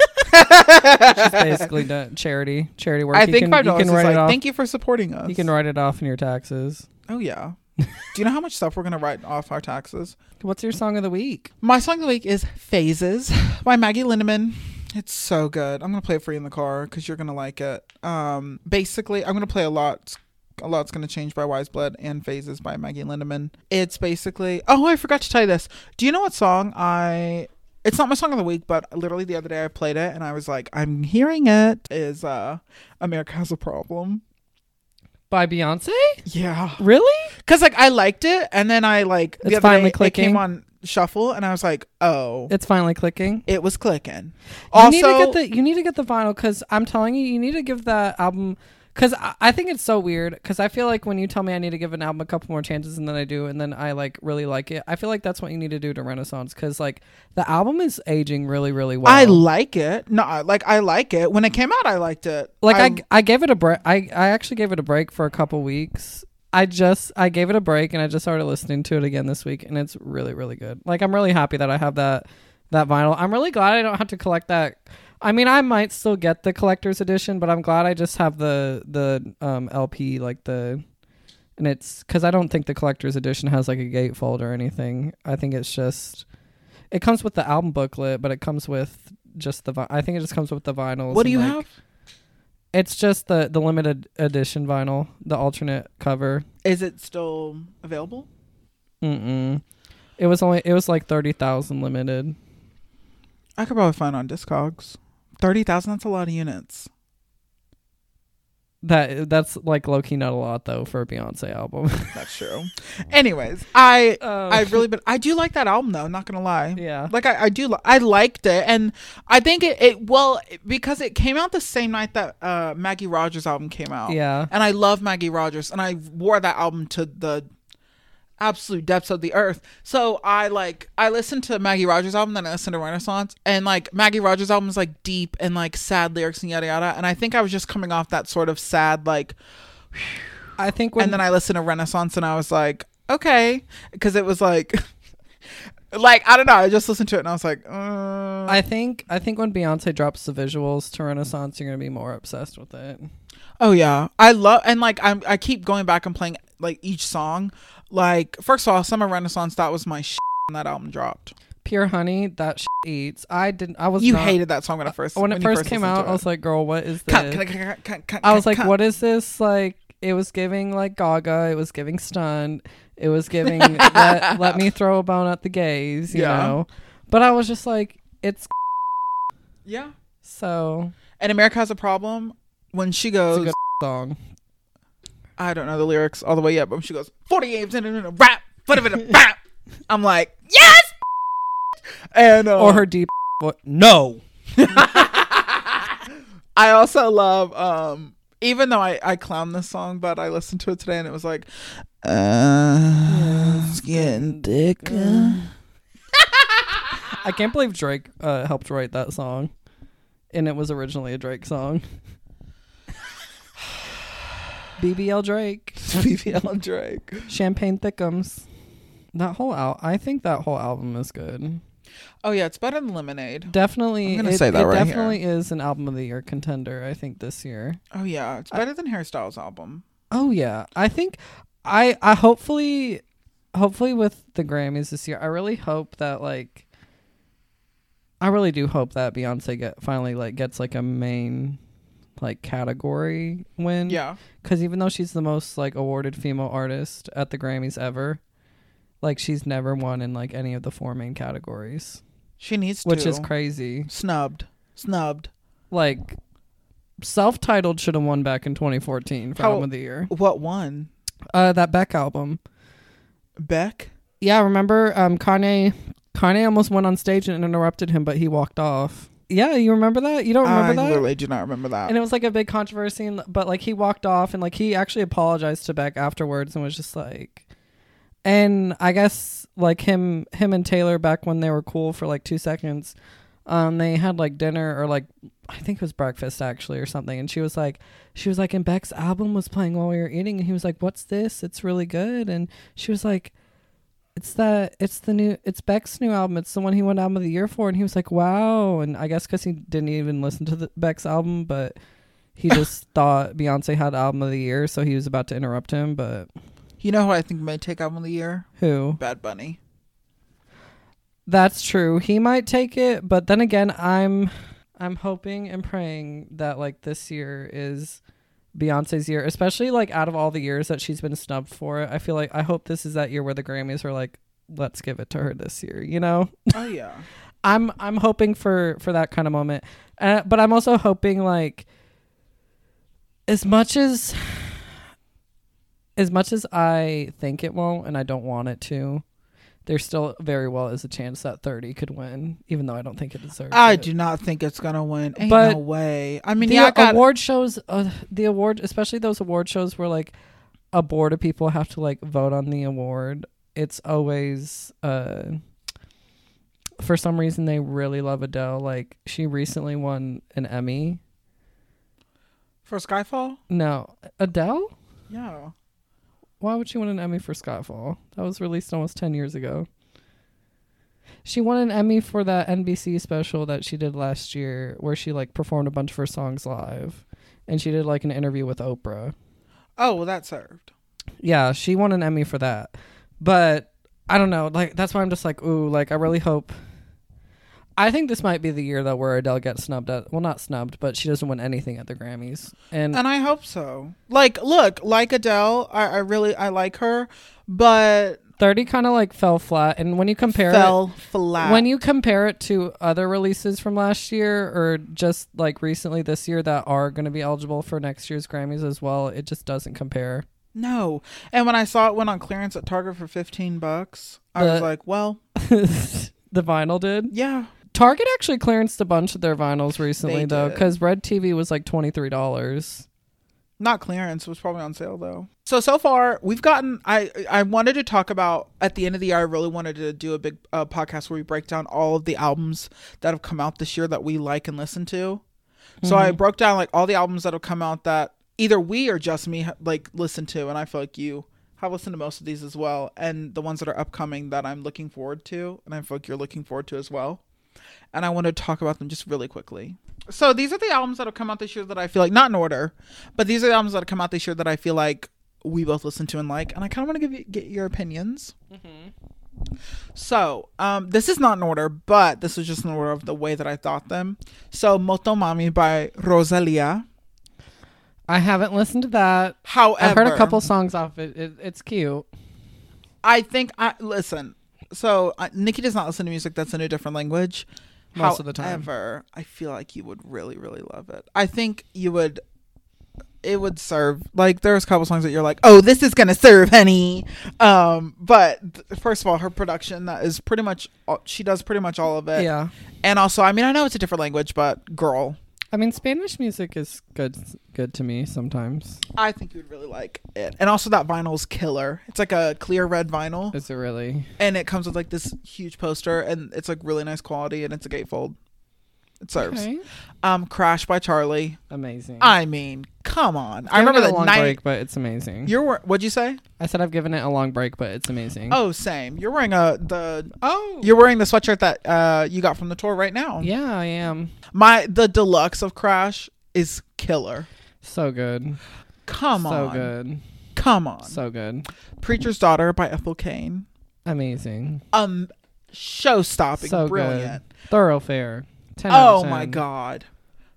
Speaker 2: It's basically done charity charity work.
Speaker 1: I
Speaker 2: You
Speaker 1: think
Speaker 2: can-
Speaker 1: five dollars
Speaker 2: You
Speaker 1: is
Speaker 2: can write
Speaker 1: like,
Speaker 2: it off.
Speaker 1: thank you for supporting us.
Speaker 2: you can write it off in your taxes.
Speaker 1: Oh yeah. Do you know how much stuff we're gonna write off our taxes?
Speaker 2: What's your song of the week?
Speaker 1: My song of the week is "Phases" by Maggie Lindemann. It's so good. I'm gonna play it for you in the car because you're gonna like it. Um, basically, I'm gonna play a lot. A lot's gonna change by Wise Blood and "Phases" by Maggie Lindemann. It's basically. Oh, I forgot to tell you this. Do you know what song I? It's not my song of the week, but literally the other day I played it and I was like, I'm hearing it. Is uh, America has a problem?
Speaker 2: By Beyonce?
Speaker 1: Yeah.
Speaker 2: Really?
Speaker 1: Cause like I liked it, and then I like the
Speaker 2: It's
Speaker 1: other
Speaker 2: finally
Speaker 1: day, It came
Speaker 2: clicking.
Speaker 1: on shuffle, and I was like, oh,
Speaker 2: It's finally clicking.
Speaker 1: it was clicking.
Speaker 2: you need to
Speaker 1: Also,
Speaker 2: get the you need to get the vinyl because I'm telling you, you need to give that album because I, I think it's so weird because I feel like when you tell me I need to give an album a couple more chances and then I do and then I like really like it. I feel like that's what you need to do to Renaissance because like the album is aging really really well.
Speaker 1: I like it. No, I- like I like it. When it came out, I liked it.
Speaker 2: like I I gave it a break. I I actually gave it a break for a couple weeks. I just I gave it a break and I just started listening to it again this week and it's really really good. Like I'm really happy that I have that that vinyl. I'm really glad I don't have to collect that. I mean, I might still get the collector's edition, but I'm glad I just have the the um, LP like the, and it's because I don't think the collector's edition has like a gatefold or anything. I think it's just, it comes with the album booklet, but it comes with just the. Vi- I think it just comes with the vinyls.
Speaker 1: What do
Speaker 2: and,
Speaker 1: you
Speaker 2: like,
Speaker 1: have?
Speaker 2: It's just the the limited edition vinyl, the alternate cover.
Speaker 1: Is it still available?
Speaker 2: Mm-mm. It was only it was like thirty thousand limited.
Speaker 1: I could probably find on Discogs. Thirty thousand—that's a lot of units.
Speaker 2: That that's like low key not a lot though for a Beyonce album.
Speaker 1: That's true. Anyways, I
Speaker 2: Um,
Speaker 1: I've really been. I do like that album though. Not gonna lie.
Speaker 2: yeah.
Speaker 1: Like I, I do, li- I liked it, and I think it, it well because it came out the same night that uh, Maggie Rogers album came out.
Speaker 2: Yeah.
Speaker 1: and I love Maggie Rogers, and I wore that album to the absolute depths of the earth. So I like I listened to Maggie Rogers album, then I listened to Renaissance, and like Maggie Rogers album is like deep and like sad lyrics and yada yada. And I think I was just coming off that sort of sad like,
Speaker 2: I think when
Speaker 1: and then I listened to Renaissance, and I was like, okay, because it was like. Like I don't know, I just listened to it and I was like, uh,
Speaker 2: I think I think when Beyonce drops the visuals to Renaissance, you're gonna be more obsessed with it.
Speaker 1: Oh yeah, I love and like I'm I keep going back and playing like each song. Like first of all, Summer Renaissance that was my sh- when that album dropped.
Speaker 2: Pure Honey, that sh- eats. I didn't. I was
Speaker 1: You
Speaker 2: not, Uh,
Speaker 1: hated that song when I first
Speaker 2: when
Speaker 1: you
Speaker 2: it first came
Speaker 1: listened
Speaker 2: out.
Speaker 1: to
Speaker 2: I was like, girl, what is this?
Speaker 1: Cunt, cunt, cunt, cunt, cunt, cunt,
Speaker 2: I was
Speaker 1: cunt,
Speaker 2: like,
Speaker 1: cunt.
Speaker 2: what is this? Like, it was giving like Gaga. It was giving stunt. It was giving let, let me throw a bone at the gays. You
Speaker 1: Yeah.
Speaker 2: know. But I was just like, it's
Speaker 1: Yeah.
Speaker 2: so
Speaker 1: And America has a problem when she
Speaker 2: it's
Speaker 1: goes.
Speaker 2: a good song.
Speaker 1: I don't know the lyrics all the way yet, but when she goes forty games in a rap, foot of it a rap. I'm like yes. And uh,
Speaker 2: or her deep. What? No.
Speaker 1: I also love um even though I I clown this song, but I listened to it today and it was like uh, it's getting thicker.
Speaker 2: I can't believe Drake uh, helped write that song, and it was originally a Drake song. BBL Drake,
Speaker 1: BBL Drake.
Speaker 2: Champagne Thickums. That whole al- I think that whole album is good.
Speaker 1: Oh yeah, it's better than Lemonade.
Speaker 2: Definitely,
Speaker 1: I'm gonna
Speaker 2: it,
Speaker 1: say that
Speaker 2: it
Speaker 1: right here.
Speaker 2: definitely is an album of the year contender. I think this year.
Speaker 1: Oh yeah, it's better than Hairstyles album.
Speaker 2: Oh yeah, I think I I hopefully hopefully with the Grammys this year, I really hope that like I really do hope that Beyonce get finally like gets like a main like category win.
Speaker 1: Yeah.
Speaker 2: Because even though she's the most like awarded female artist at the Grammys ever, like she's never won in like any of the four main categories,
Speaker 1: She needs to
Speaker 2: which is crazy.
Speaker 1: snubbed. Snubbed.
Speaker 2: Like self-titled should have won back in 2014 for
Speaker 1: How-
Speaker 2: album of the year.
Speaker 1: What one?
Speaker 2: Uh, that Beck album.
Speaker 1: Beck?
Speaker 2: Yeah, remember um Kanye Kanye almost went on stage and interrupted him, but he walked off. Uh, Yeah, you remember that? You don't
Speaker 1: I
Speaker 2: remember that?
Speaker 1: literally do not remember that.
Speaker 2: And it was like a big controversy, and, but like he walked off and like he actually apologized to Beck afterwards and was just like, and I guess like him him and Taylor back when they were cool for like two seconds, um they had like dinner or like I think it was breakfast actually or something, and she was like she was like and Beck's album was playing while we were eating, and he was like, what's this? It's really good, and she was like. It's that it's the new it's Beck's new album. It's the one he won album of the year for, and he was like, "Wow!" And I guess because he didn't even listen to the Beck's album, but he just thought Beyonce had album of the year, so he was about to interrupt him. But
Speaker 1: you know who I think may take album of the year?
Speaker 2: who?
Speaker 1: Bad Bunny.
Speaker 2: That's true. He might take it, but then again, I'm I'm hoping and praying that like this year is Beyonce's year, especially like out of all the years that she's been snubbed for it. I feel like I hope this is that year where the Grammys are like, let's give it to her this year. You know.
Speaker 1: Oh yeah.
Speaker 2: I'm I'm hoping for for that kind of moment, uh, but I'm also hoping like as much as as much as I think it won't, and I don't want it to. There still very well is a chance that 30 could win, even though I don't think it deserves.
Speaker 1: I
Speaker 2: it.
Speaker 1: do not think it's gonna win. Ain't
Speaker 2: But
Speaker 1: no way. I mean,
Speaker 2: The
Speaker 1: yeah, I got
Speaker 2: award shows, uh, the award, especially those award shows where like a board of people have to like vote on the award. It's always uh, for some reason they really love Adele. Like she recently won an Emmy.
Speaker 1: for Skyfall.
Speaker 2: No, Adele.
Speaker 1: Yeah,
Speaker 2: Why would she win an Emmy for Skyfall? That was released almost ten years ago. She won an Emmy for that NBC special that she did last year where she like performed a bunch of her songs live and she did like an interview with Oprah.
Speaker 1: Oh, well, that served.
Speaker 2: Yeah, she won an Emmy for that. But I don't know, like that's why I'm just like, ooh, like I really hope I think this might be the year though where Adele gets snubbed at well not snubbed, but she doesn't win anything at the Grammys. And
Speaker 1: And I hope so. Like, look, like Adele, I, I really I like her, but
Speaker 2: thirty kinda like fell flat and when you compare it
Speaker 1: fell flat.
Speaker 2: When you compare it to other releases from last year or just like recently this year that are going to be eligible for next year's Grammys as well, it just doesn't compare.
Speaker 1: no. And when I saw it went on clearance at Target for fifteen bucks, I was
Speaker 2: The-
Speaker 1: like, well,
Speaker 2: the vinyl did.
Speaker 1: yeah,
Speaker 2: Target actually clearanced a bunch of their vinyls recently
Speaker 1: They
Speaker 2: though
Speaker 1: did.
Speaker 2: cuz Red TV was like $23.
Speaker 1: not clearance it was probably on sale though so so far we've gotten i i wanted to talk about at the end of the year i really wanted to do a big uh, podcast where we break down all of the albums that have come out this year that we like and listen to so i broke down like all the albums that have come out that either we or just me ha- like listen to and i feel like you have listened to most of these as well and the ones that are upcoming that i'm looking forward to and i feel like you're looking forward to as well and I want to talk about them just really quickly. So these are the albums that have come out this year that I feel like not in order, but these are the albums that have come out this year that I feel like we both listen to and like, and I kind of want to give you get your opinions.
Speaker 2: Mm-hmm.
Speaker 1: So um, this is not in order, but this is just in order of the way that I thought them. So Motomami by Rosalia.
Speaker 2: I haven't listened to that.
Speaker 1: However,
Speaker 2: I've heard a couple songs off it. it it's cute.
Speaker 1: I think I listen. So uh, Nikki does not listen to music that's in a different language.
Speaker 2: Most of the time.
Speaker 1: However, I feel like you would really, really love it. I think you would. It would serve. Like there's a couple songs that you're like, oh, this is gonna serve, honey. Um, but th- first of all, her production that is pretty much all, she does pretty much all of it.
Speaker 2: yeah.
Speaker 1: And also, I mean, I know it's a different language, but girl,
Speaker 2: I mean Spanish music is good good to me sometimes.
Speaker 1: I think you would really like it. And also, that vinyl's killer. It's like a clear red vinyl.
Speaker 2: Is it really?
Speaker 1: and it comes with like this huge poster and it's like really nice quality and it's a gatefold it serves
Speaker 2: Okay.
Speaker 1: um crash by charlie
Speaker 2: Amazing.
Speaker 1: i mean come on i
Speaker 2: Given
Speaker 1: remember
Speaker 2: it a
Speaker 1: that
Speaker 2: long
Speaker 1: night
Speaker 2: break, but it's amazing.
Speaker 1: you're wear- what'd you say
Speaker 2: I said I've given it a long break, but it's amazing.
Speaker 1: oh same you're wearing a the
Speaker 2: oh,
Speaker 1: you're wearing the sweatshirt that uh you got from the tour right now
Speaker 2: yeah, I am
Speaker 1: my the deluxe of crash is killer
Speaker 2: so good,
Speaker 1: come
Speaker 2: so
Speaker 1: on
Speaker 2: good,
Speaker 1: come on
Speaker 2: so good,
Speaker 1: preacher's daughter by ethel kane
Speaker 2: amazing,
Speaker 1: um show stopping
Speaker 2: so
Speaker 1: brilliant
Speaker 2: good, thoroughfare. 10 out
Speaker 1: Oh
Speaker 2: of
Speaker 1: my
Speaker 2: 10.
Speaker 1: god.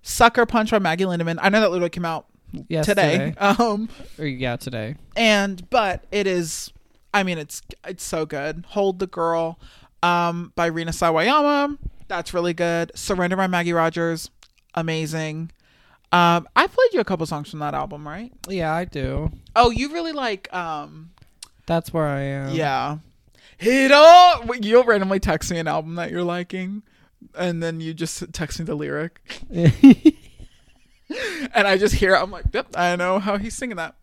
Speaker 1: Sucker Punch by Maggie Lindemann. I know that literally came out
Speaker 2: Yesterday.
Speaker 1: today. Um
Speaker 2: Or, yeah, today.
Speaker 1: and but it is I mean it's it's so good. Hold the Girl um by Rina Sawayama. That's really good. Surrender by Maggie Rogers. Amazing. Um I played you a couple songs from that album, right?
Speaker 2: Yeah, I do.
Speaker 1: Oh, you really like um
Speaker 2: That's where I am.
Speaker 1: yeah. Hit all you'll randomly text me an album that you're liking and then you just text me the lyric. and I just hear it, I'm like, yep, I know how he's singing that.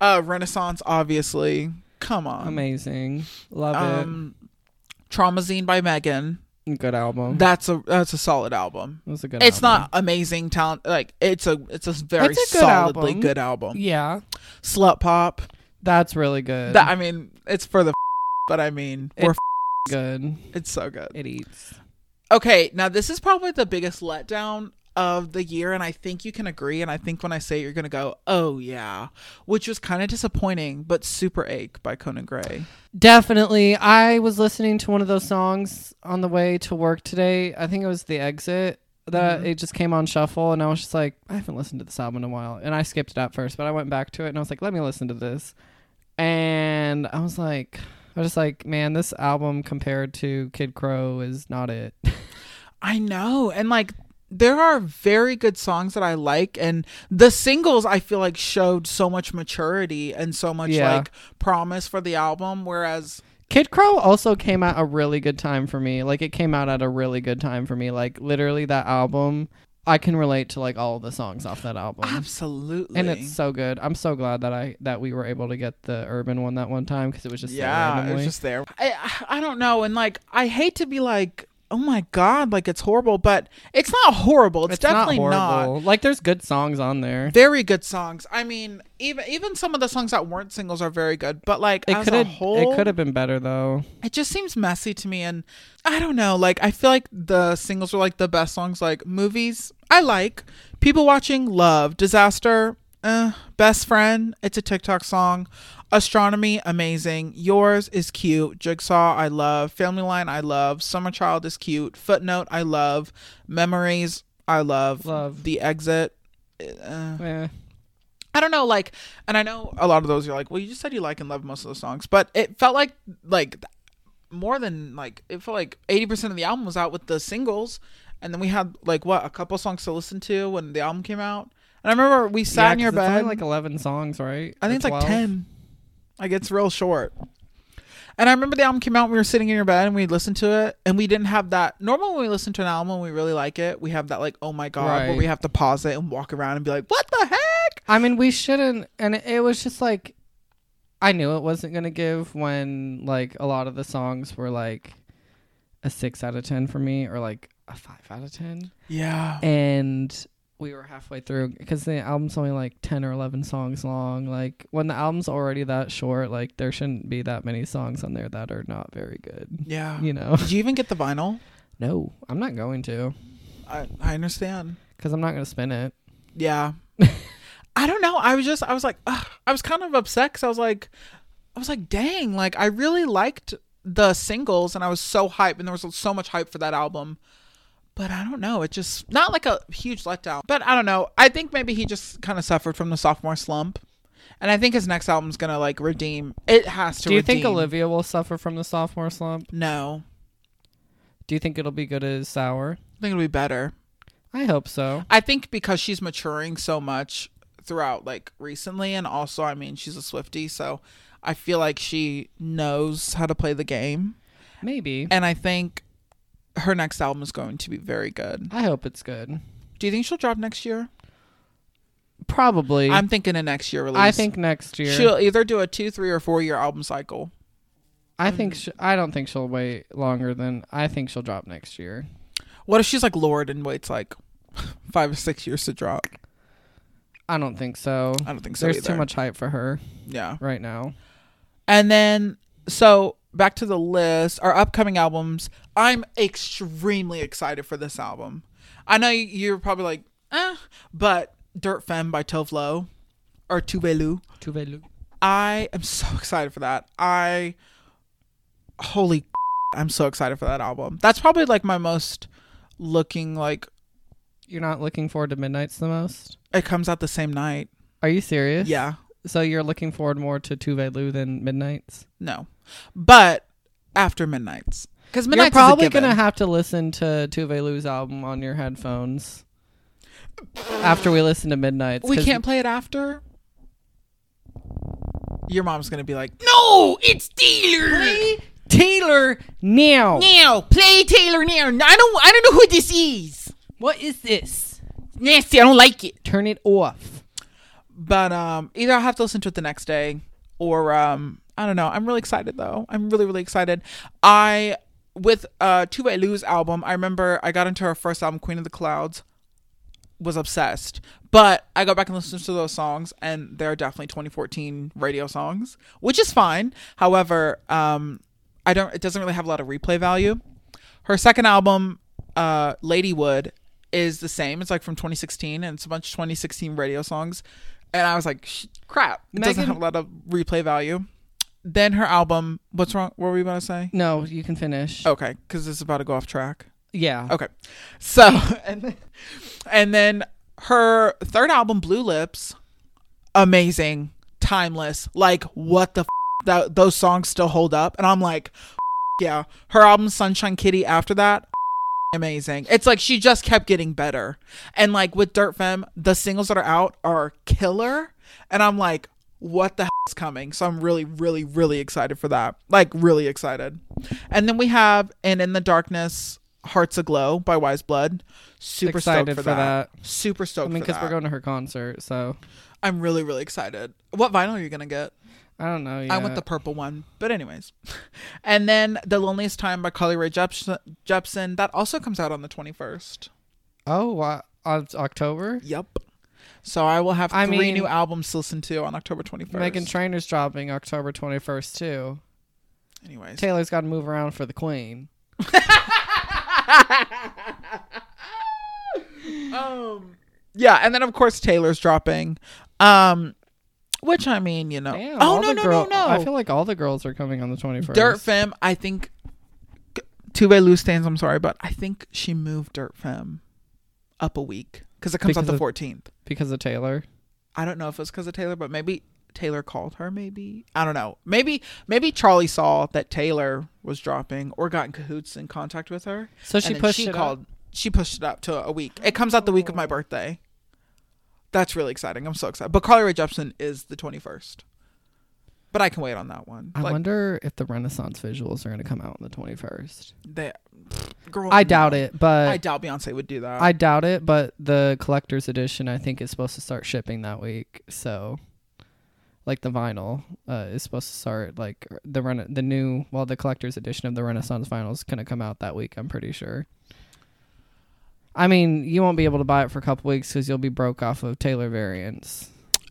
Speaker 1: Uh, Renaissance, obviously. Come on.
Speaker 2: amazing. Love
Speaker 1: Um, Traumazine by Megan.
Speaker 2: it. Good album.
Speaker 1: That's a that's a solid album.
Speaker 2: it was a Oh. good.
Speaker 1: Um, It's
Speaker 2: album.
Speaker 1: not amazing talent. Like it's a it's a very
Speaker 2: It's a good
Speaker 1: solidly
Speaker 2: album.
Speaker 1: good album.
Speaker 2: Yeah,
Speaker 1: Slut pop.
Speaker 2: that's really good.
Speaker 1: That I mean, it's for the, but I mean, we're
Speaker 2: It- good.
Speaker 1: it's so good.
Speaker 2: It eats.
Speaker 1: Okay, now this is probably the biggest letdown of the year, and I think you can agree. And I think when I say it, you're gonna go, "Oh yeah," which was kind of disappointing, but "Super Ache" by Conan Gray.
Speaker 2: Definitely. I was listening to one of those songs on the way to work today. I think it was The Exit that it just came on shuffle and I was just like, I haven't listened to this album in a while. And I skipped it at first, but I went back to it and I was like, let me listen to this. And I was like I was just like, man, this album compared to Kid Crow is not it.
Speaker 1: I know, and like there are very good songs that I like, and the singles I feel like showed so much maturity and so much
Speaker 2: Yeah.
Speaker 1: like promise for the album. Whereas,
Speaker 2: Kid Crow also came out a really good time for me. Like it came out at a really good time for me. Like literally that album, I can relate to like all of the songs off that album.
Speaker 1: absolutely,
Speaker 2: and it's Mm-hmm. so good. I'm so glad that I that we were able to get the urban one that one time because it was just yeah,
Speaker 1: yeah, it's just there. I I don't know, and like I hate to be like oh my god, like it's horrible, but it's not horrible. It's, definitely not.
Speaker 2: Like there's good songs on there.
Speaker 1: Very good songs. I mean, even even some of the songs that weren't singles are very good, but like
Speaker 2: It
Speaker 1: as
Speaker 2: could
Speaker 1: a
Speaker 2: have
Speaker 1: whole,
Speaker 2: it could have been better though.
Speaker 1: it just seems messy to me and i don't know like i feel like the singles were like the best songs like movies i like people watching love disaster uh, best friend it's a tiktok song astronomy amazing yours is cute jigsaw i love family line i love summer child is cute footnote i love memories i love
Speaker 2: Love.
Speaker 1: the exit uh,
Speaker 2: Yeah.
Speaker 1: I don't know, like, and I know a lot of those are like, well, you just said you like and love most of the songs, but it felt like, like, th- more than like, it felt like eighty percent of the album was out with the singles, and then we had like what a couple songs to listen to when the album came out. And I remember we sat
Speaker 2: yeah,
Speaker 1: in your
Speaker 2: 'cause it's only
Speaker 1: bed.
Speaker 2: like 11 songs, right?
Speaker 1: I think it's
Speaker 2: Or
Speaker 1: like
Speaker 2: 12?
Speaker 1: ten. Like it's real short. And I remember the album came out. and We were sitting in your bed and we listened to it, and we didn't have that. Normally, when we listen to an album and we really like it, we have that like, oh my god, where
Speaker 2: Right.
Speaker 1: we have to pause it and walk around and be like, what the heck?
Speaker 2: I mean, we shouldn't and it, it was just like I knew it wasn't going to give when like a lot of the songs were like a 6 out of 10 for me or like a 5 out of 10.
Speaker 1: Yeah.
Speaker 2: and we were halfway through because the album's only like 10 or 11 songs long like when the album's already that short like there shouldn't be that many songs on there that are not very good
Speaker 1: Yeah.
Speaker 2: you know
Speaker 1: Did you even get the vinyl?
Speaker 2: no i'm not going to
Speaker 1: I, I understand.
Speaker 2: because i'm not going to spin it
Speaker 1: Yeah. I don't know. I was just, I was like, ugh. I was kind of upset because I was like, I was like, dang, like I really liked the singles and I was so hyped and there was so much hype for that album. But I don't know. It just, not like a huge letdown. But I don't know. I think maybe he just kind of suffered from the sophomore slump. And I think his next album's going to like redeem. It has to
Speaker 2: do you
Speaker 1: redeem.
Speaker 2: think olivia will suffer from the sophomore slump
Speaker 1: No.
Speaker 2: do you think it'll be good as sour
Speaker 1: I think it'll be better.
Speaker 2: i hope so
Speaker 1: I think because she's maturing so much throughout like recently and also I mean she's a Swifty, so I feel like she knows how to play the game.
Speaker 2: maybe
Speaker 1: And I think her next album is going to be very good.
Speaker 2: i hope it's good
Speaker 1: Do you think she'll drop next year?
Speaker 2: probably
Speaker 1: I'm thinking a next year release.
Speaker 2: i think next year
Speaker 1: she'll either do a two, three, or four year album cycle.
Speaker 2: i think sh- i don't think she'll wait longer than i think she'll drop next year
Speaker 1: What if she's like Lord and waits like five or six years to drop?
Speaker 2: i don't think so
Speaker 1: I don't think so
Speaker 2: There's
Speaker 1: either.
Speaker 2: too much hype for her
Speaker 1: Yeah.
Speaker 2: right now.
Speaker 1: And then, so back to the list, our upcoming albums. I'm extremely excited for this album. I know you- you're probably like, eh, but Dirt Femme by Tove Lo or Tuvelu. I am so excited for that. I, holy, I'm so excited for that album. That's probably like my most looking, like,
Speaker 2: You're not looking forward to Midnight's the most?
Speaker 1: it comes out the same night.
Speaker 2: Are you serious?
Speaker 1: Yeah.
Speaker 2: So you're looking forward more to Tuve Lu than Midnight's?
Speaker 1: No. But after Midnight's. Because Midnight's
Speaker 2: you're probably
Speaker 1: is a
Speaker 2: gonna
Speaker 1: given.
Speaker 2: have to listen to Tuve Lu's album on your headphones after we listen to Midnight's.
Speaker 1: we
Speaker 2: 'cause
Speaker 1: can't play it after. Your mom's gonna be like, "No, it's Taylor
Speaker 2: Taylor now.
Speaker 1: now. Play Taylor now. I don't. I don't know who this is.
Speaker 2: What is this?
Speaker 1: Nasty. I don't like it."
Speaker 2: Turn it off.
Speaker 1: But um, either I'll have to listen to it the next day, or um, I don't know. I'm really excited though. I'm really really excited. I with uh Tuve Lu's album. I remember I got into her first album, Queen of the Clouds. Was obsessed, but I go back and listen to those songs, and they're definitely 2014 radio songs, which is fine. However, um, I don't. It doesn't really have a lot of replay value. Her second album, uh, Ladywood, is the same. It's like from 2016, and it's a bunch of 2016 radio songs. And I was like, Sh- crap, it doesn't
Speaker 2: Megan-
Speaker 1: have a lot of replay value. Then her album, what's wrong? What were we about to say?
Speaker 2: No, you can finish.
Speaker 1: Okay, because it's about to go off track.
Speaker 2: Yeah.
Speaker 1: Okay, so and then, and then her third album, Blue Lips, amazing, timeless. Like what the f- that those songs still hold up, and I'm like, f- yeah. Her album Sunshine Kitty after that, f- amazing. It's like she just kept getting better, and like with Dirt Femme, the singles that are out are killer, and I'm like, what the f- is coming? So I'm really, really, really excited for that. Like really excited. And then we have and in the darkness. Hearts Aglow by Wise Blood. Super
Speaker 2: Excited
Speaker 1: stoked for,
Speaker 2: for
Speaker 1: that.
Speaker 2: that.
Speaker 1: Super
Speaker 2: I
Speaker 1: stoked Oh,
Speaker 2: mean,
Speaker 1: for
Speaker 2: because
Speaker 1: that.
Speaker 2: we're going to her concert, so
Speaker 1: I'm really, really excited. What vinyl are you gonna get?
Speaker 2: I don't know. Yeah.
Speaker 1: I want the purple one. But anyways. and then The Loneliest Time by Carly Rae Jepsen, Jepsen. That also comes out on the 21st.
Speaker 2: oh, wha- uh, it's October.
Speaker 1: Yep. So I will have three
Speaker 2: I mean-
Speaker 1: new albums to listen to on October 21st.
Speaker 2: Megan Trainor's dropping October 21st too.
Speaker 1: anyways.
Speaker 2: Taylor's got to move around for the Queen.
Speaker 1: um yeah, and then of course Taylor's dropping. Um which I mean, you know.
Speaker 2: Damn,
Speaker 1: oh
Speaker 2: all
Speaker 1: no,
Speaker 2: the
Speaker 1: no,
Speaker 2: girl-
Speaker 1: no, no.
Speaker 2: I feel like all the girls are coming on the 21st.
Speaker 1: Dirt Femme, I think Tuve Loose stands, I'm sorry, but I think she moved Dirt Femme up a week because it comes out
Speaker 2: Because
Speaker 1: the
Speaker 2: of-
Speaker 1: 14th.
Speaker 2: because of Taylor.
Speaker 1: I don't know if it's because of Taylor, but maybe Taylor called her, maybe. I don't know. Maybe maybe Charlie saw that Taylor was dropping or got in cahoots in contact with her.
Speaker 2: So she
Speaker 1: and then
Speaker 2: pushed
Speaker 1: she
Speaker 2: it
Speaker 1: called
Speaker 2: up. Oh.
Speaker 1: she pushed it up to a week. It comes out the week of my birthday. That's really exciting. I'm so excited. But Carly Rae Jepsen is the 21st. But I can wait on that one.
Speaker 2: I
Speaker 1: like
Speaker 2: wonder if the Renaissance visuals are going to come out on the 21st.
Speaker 1: they, pfft, girl,
Speaker 2: I doubt
Speaker 1: no.
Speaker 2: it, but
Speaker 1: I doubt Beyonce would do that.
Speaker 2: I doubt it, but the collector's edition I think is supposed to start shipping that week. So, like the vinyl uh, is supposed to start like er, the rena- the new well the collector's edition of the Renaissance vinyl is gonna come out that week. I'm pretty sure. I mean, you won't be able to buy it for a couple weeks because you'll be broke off of Taylor variants.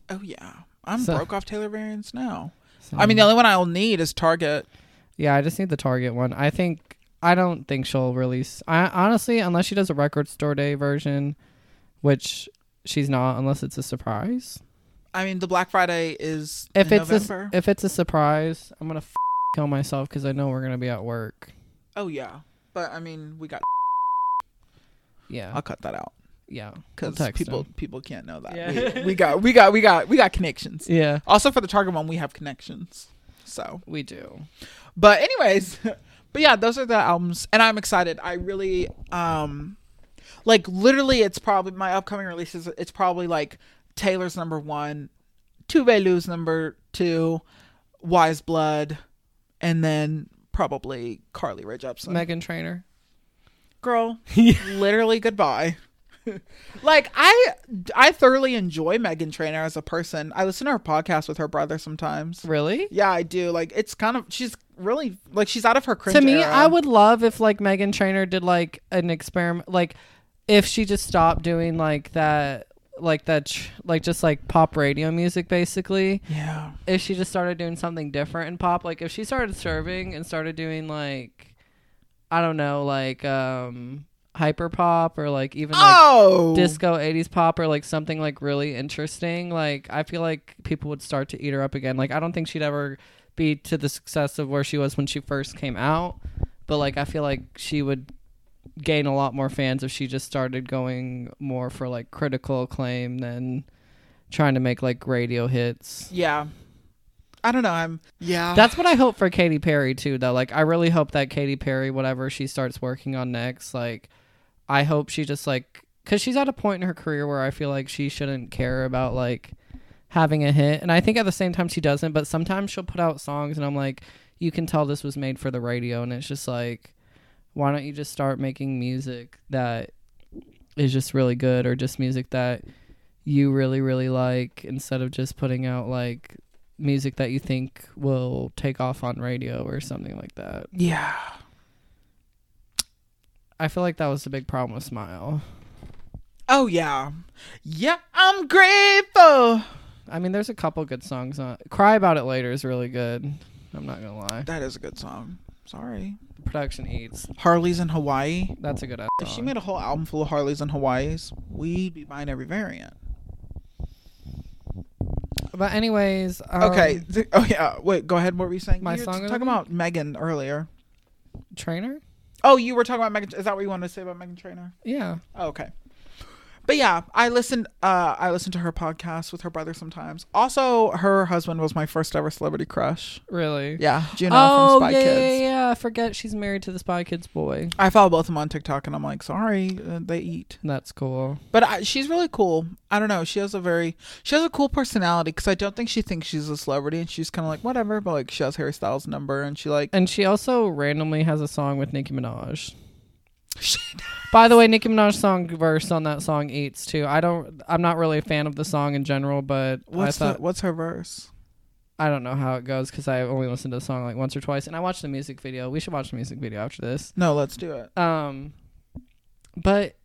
Speaker 1: oh yeah, I'm
Speaker 2: So- Mm.
Speaker 1: broke off Taylor variants now.
Speaker 2: So-
Speaker 1: I mean, the only one I'll need is Target.
Speaker 2: yeah, I just need the Target one. I think I don't think she'll release. I honestly, unless she does a record store day version, which she's not, unless it's a surprise.
Speaker 1: I mean, the Black Friday is
Speaker 2: If
Speaker 1: in
Speaker 2: it's
Speaker 1: November.
Speaker 2: a if it's a surprise, I'm gonna f- kill myself because I know we're gonna be at work.
Speaker 1: oh yeah, but I mean, we got.
Speaker 2: Yeah,
Speaker 1: I'll cut that out
Speaker 2: yeah,
Speaker 1: because
Speaker 2: text
Speaker 1: people
Speaker 2: him.
Speaker 1: people can't know that.
Speaker 2: Yeah.
Speaker 1: We, we got we got we got we got connections.
Speaker 2: yeah.
Speaker 1: Also for the Target one, we have connections. So,
Speaker 2: We do.
Speaker 1: but anyways, but yeah, those are the albums, and I'm excited. I really um, like literally, it's probably my upcoming releases. It's probably like Taylor's number one, Tuvalu's number two, Wise Blood, and then probably Carly Rae Jepsen.
Speaker 2: Megan Trainer.
Speaker 1: girl literally goodbye like i i thoroughly enjoy megan trainer as a person i listen to her podcast with her brother sometimes
Speaker 2: Really?
Speaker 1: yeah i do like it's kind of she's really like she's out of her cringe
Speaker 2: to me,
Speaker 1: era.
Speaker 2: I would love if like Megan Trainer did like an experiment, like if she just stopped doing like that, like that, ch- like just like pop radio music, basically.
Speaker 1: yeah
Speaker 2: if she just started doing something different in pop like if she started serving and started doing like i don't know like um hyper pop or like even like
Speaker 1: oh
Speaker 2: disco 80s pop or like something like really interesting like i feel like people would start to eat her up again like i don't think she'd ever be to the success of where she was when she first came out but like i feel like she would gain a lot more fans if she just started going more for like critical acclaim than trying to make like radio hits
Speaker 1: yeah i don't know i'm yeah
Speaker 2: that's what I hope for Katy Perry too, though. Like, I really hope that Katy Perry, whatever she starts working on next, like, I hope she just like, cause she's at a point in her career where I feel like she shouldn't care about like having a hit, and I think at the same time she doesn't. But sometimes she'll put out songs, and I'm like, you can tell this was made for the radio, and it's just like, why don't you just start making music that is just really good, or just music that you really really like, instead of just putting out like music that you think will take off on radio or something like that.
Speaker 1: yeah
Speaker 2: I feel like that was the big problem with Smile.
Speaker 1: oh yeah yeah i'm grateful
Speaker 2: I mean, there's a couple good songs on. Cry About It Later is really good. I'm not gonna lie.
Speaker 1: that is a good song sorry
Speaker 2: Production eats.
Speaker 1: harley's in hawaii
Speaker 2: That's a good ass
Speaker 1: If she
Speaker 2: song.
Speaker 1: made a whole album full of Harleys and Hawaiis, we'd be buying every variant.
Speaker 2: but anyways, um,
Speaker 1: okay. th- oh yeah. Wait. Go ahead. What were you saying?
Speaker 2: My
Speaker 1: you were
Speaker 2: song
Speaker 1: t-
Speaker 2: of the
Speaker 1: talking
Speaker 2: week?
Speaker 1: about Megan earlier.
Speaker 2: Trainer.
Speaker 1: Oh, you were talking about Megan. Is that what you wanted to say about Megan Trainer?
Speaker 2: Yeah,
Speaker 1: Oh, okay. But yeah, I listened. Uh, I listened to her podcast with her brother sometimes. Also, her husband was my first ever celebrity crush.
Speaker 2: really.
Speaker 1: Yeah, Juno from
Speaker 2: oh
Speaker 1: Spy
Speaker 2: yeah,
Speaker 1: Kids.
Speaker 2: yeah, yeah. I forget she's married to the Spy Kids boy.
Speaker 1: I follow both of them on TikTok, and I'm like, sorry, uh, they eat.
Speaker 2: That's cool.
Speaker 1: But I, she's really cool. I don't know. She has a very she has a cool personality because I don't think she thinks she's a celebrity and she's kind of like whatever. But like she has Harry Styles' number and she like
Speaker 2: And she also randomly has a song with Nicki Minaj.
Speaker 1: She
Speaker 2: By the way, Nicki Minaj's song verse on that song eats too. I don't. I'm not really a fan of the song in general, but
Speaker 1: what's
Speaker 2: I
Speaker 1: the,
Speaker 2: thought
Speaker 1: what's her verse?
Speaker 2: I don't know how it goes because I only listened to the song like once or twice, and I watched the music video. We should watch the music video after this.
Speaker 1: No, let's do it.
Speaker 2: Um, but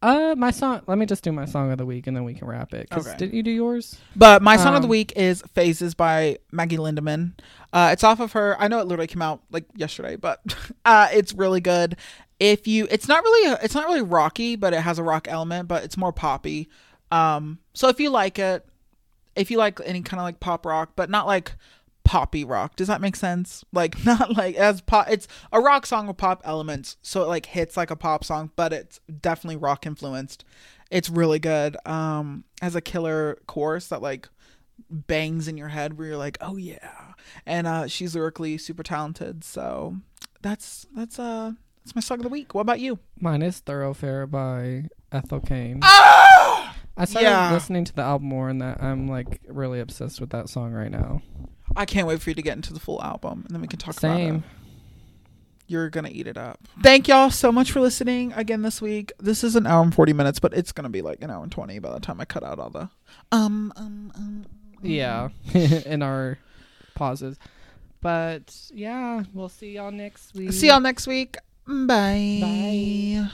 Speaker 2: uh, my song. Let me just do my song of the week, and then we can wrap it. 'cause
Speaker 1: Okay.
Speaker 2: Didn't you do yours?
Speaker 1: But my song of the
Speaker 2: Um,
Speaker 1: week is "Phases" by Maggie Lindemann. Uh, it's off of her. I know it literally came out like yesterday, but uh, it's really good. If you, it's not really, it's not really rocky, but it has a rock element, but it's more poppy. Um, so if you like it, if you like any kind of like pop rock, but not like poppy rock, does that make sense? Like not like as pop. It's a rock song with pop elements, so it like hits like a pop song, but it's definitely rock influenced. It's really good. Um, has a killer chorus that like bangs in your head where you're like, oh yeah. And uh, she's lyrically super talented, so that's that's uh that's my song of the week. What about you?
Speaker 2: Mine is "Thoroughfare" by Ethel Cain.
Speaker 1: Ah!
Speaker 2: I started
Speaker 1: yeah.
Speaker 2: listening to the album more, and that I'm like really obsessed with that song right now.
Speaker 1: I can't wait for you to get into the full album, and then we can talk about it.
Speaker 2: Same.
Speaker 1: you're gonna eat it up. Thank y'all so much for listening again this week. This is an hour and forty minutes, but it's gonna be like an hour and twenty by the time I cut out all the um um um.
Speaker 2: Yeah,
Speaker 1: Mm-hmm.
Speaker 2: in our pauses. But yeah, we'll see y'all next week.
Speaker 1: See y'all next week. Bye.
Speaker 2: Bye.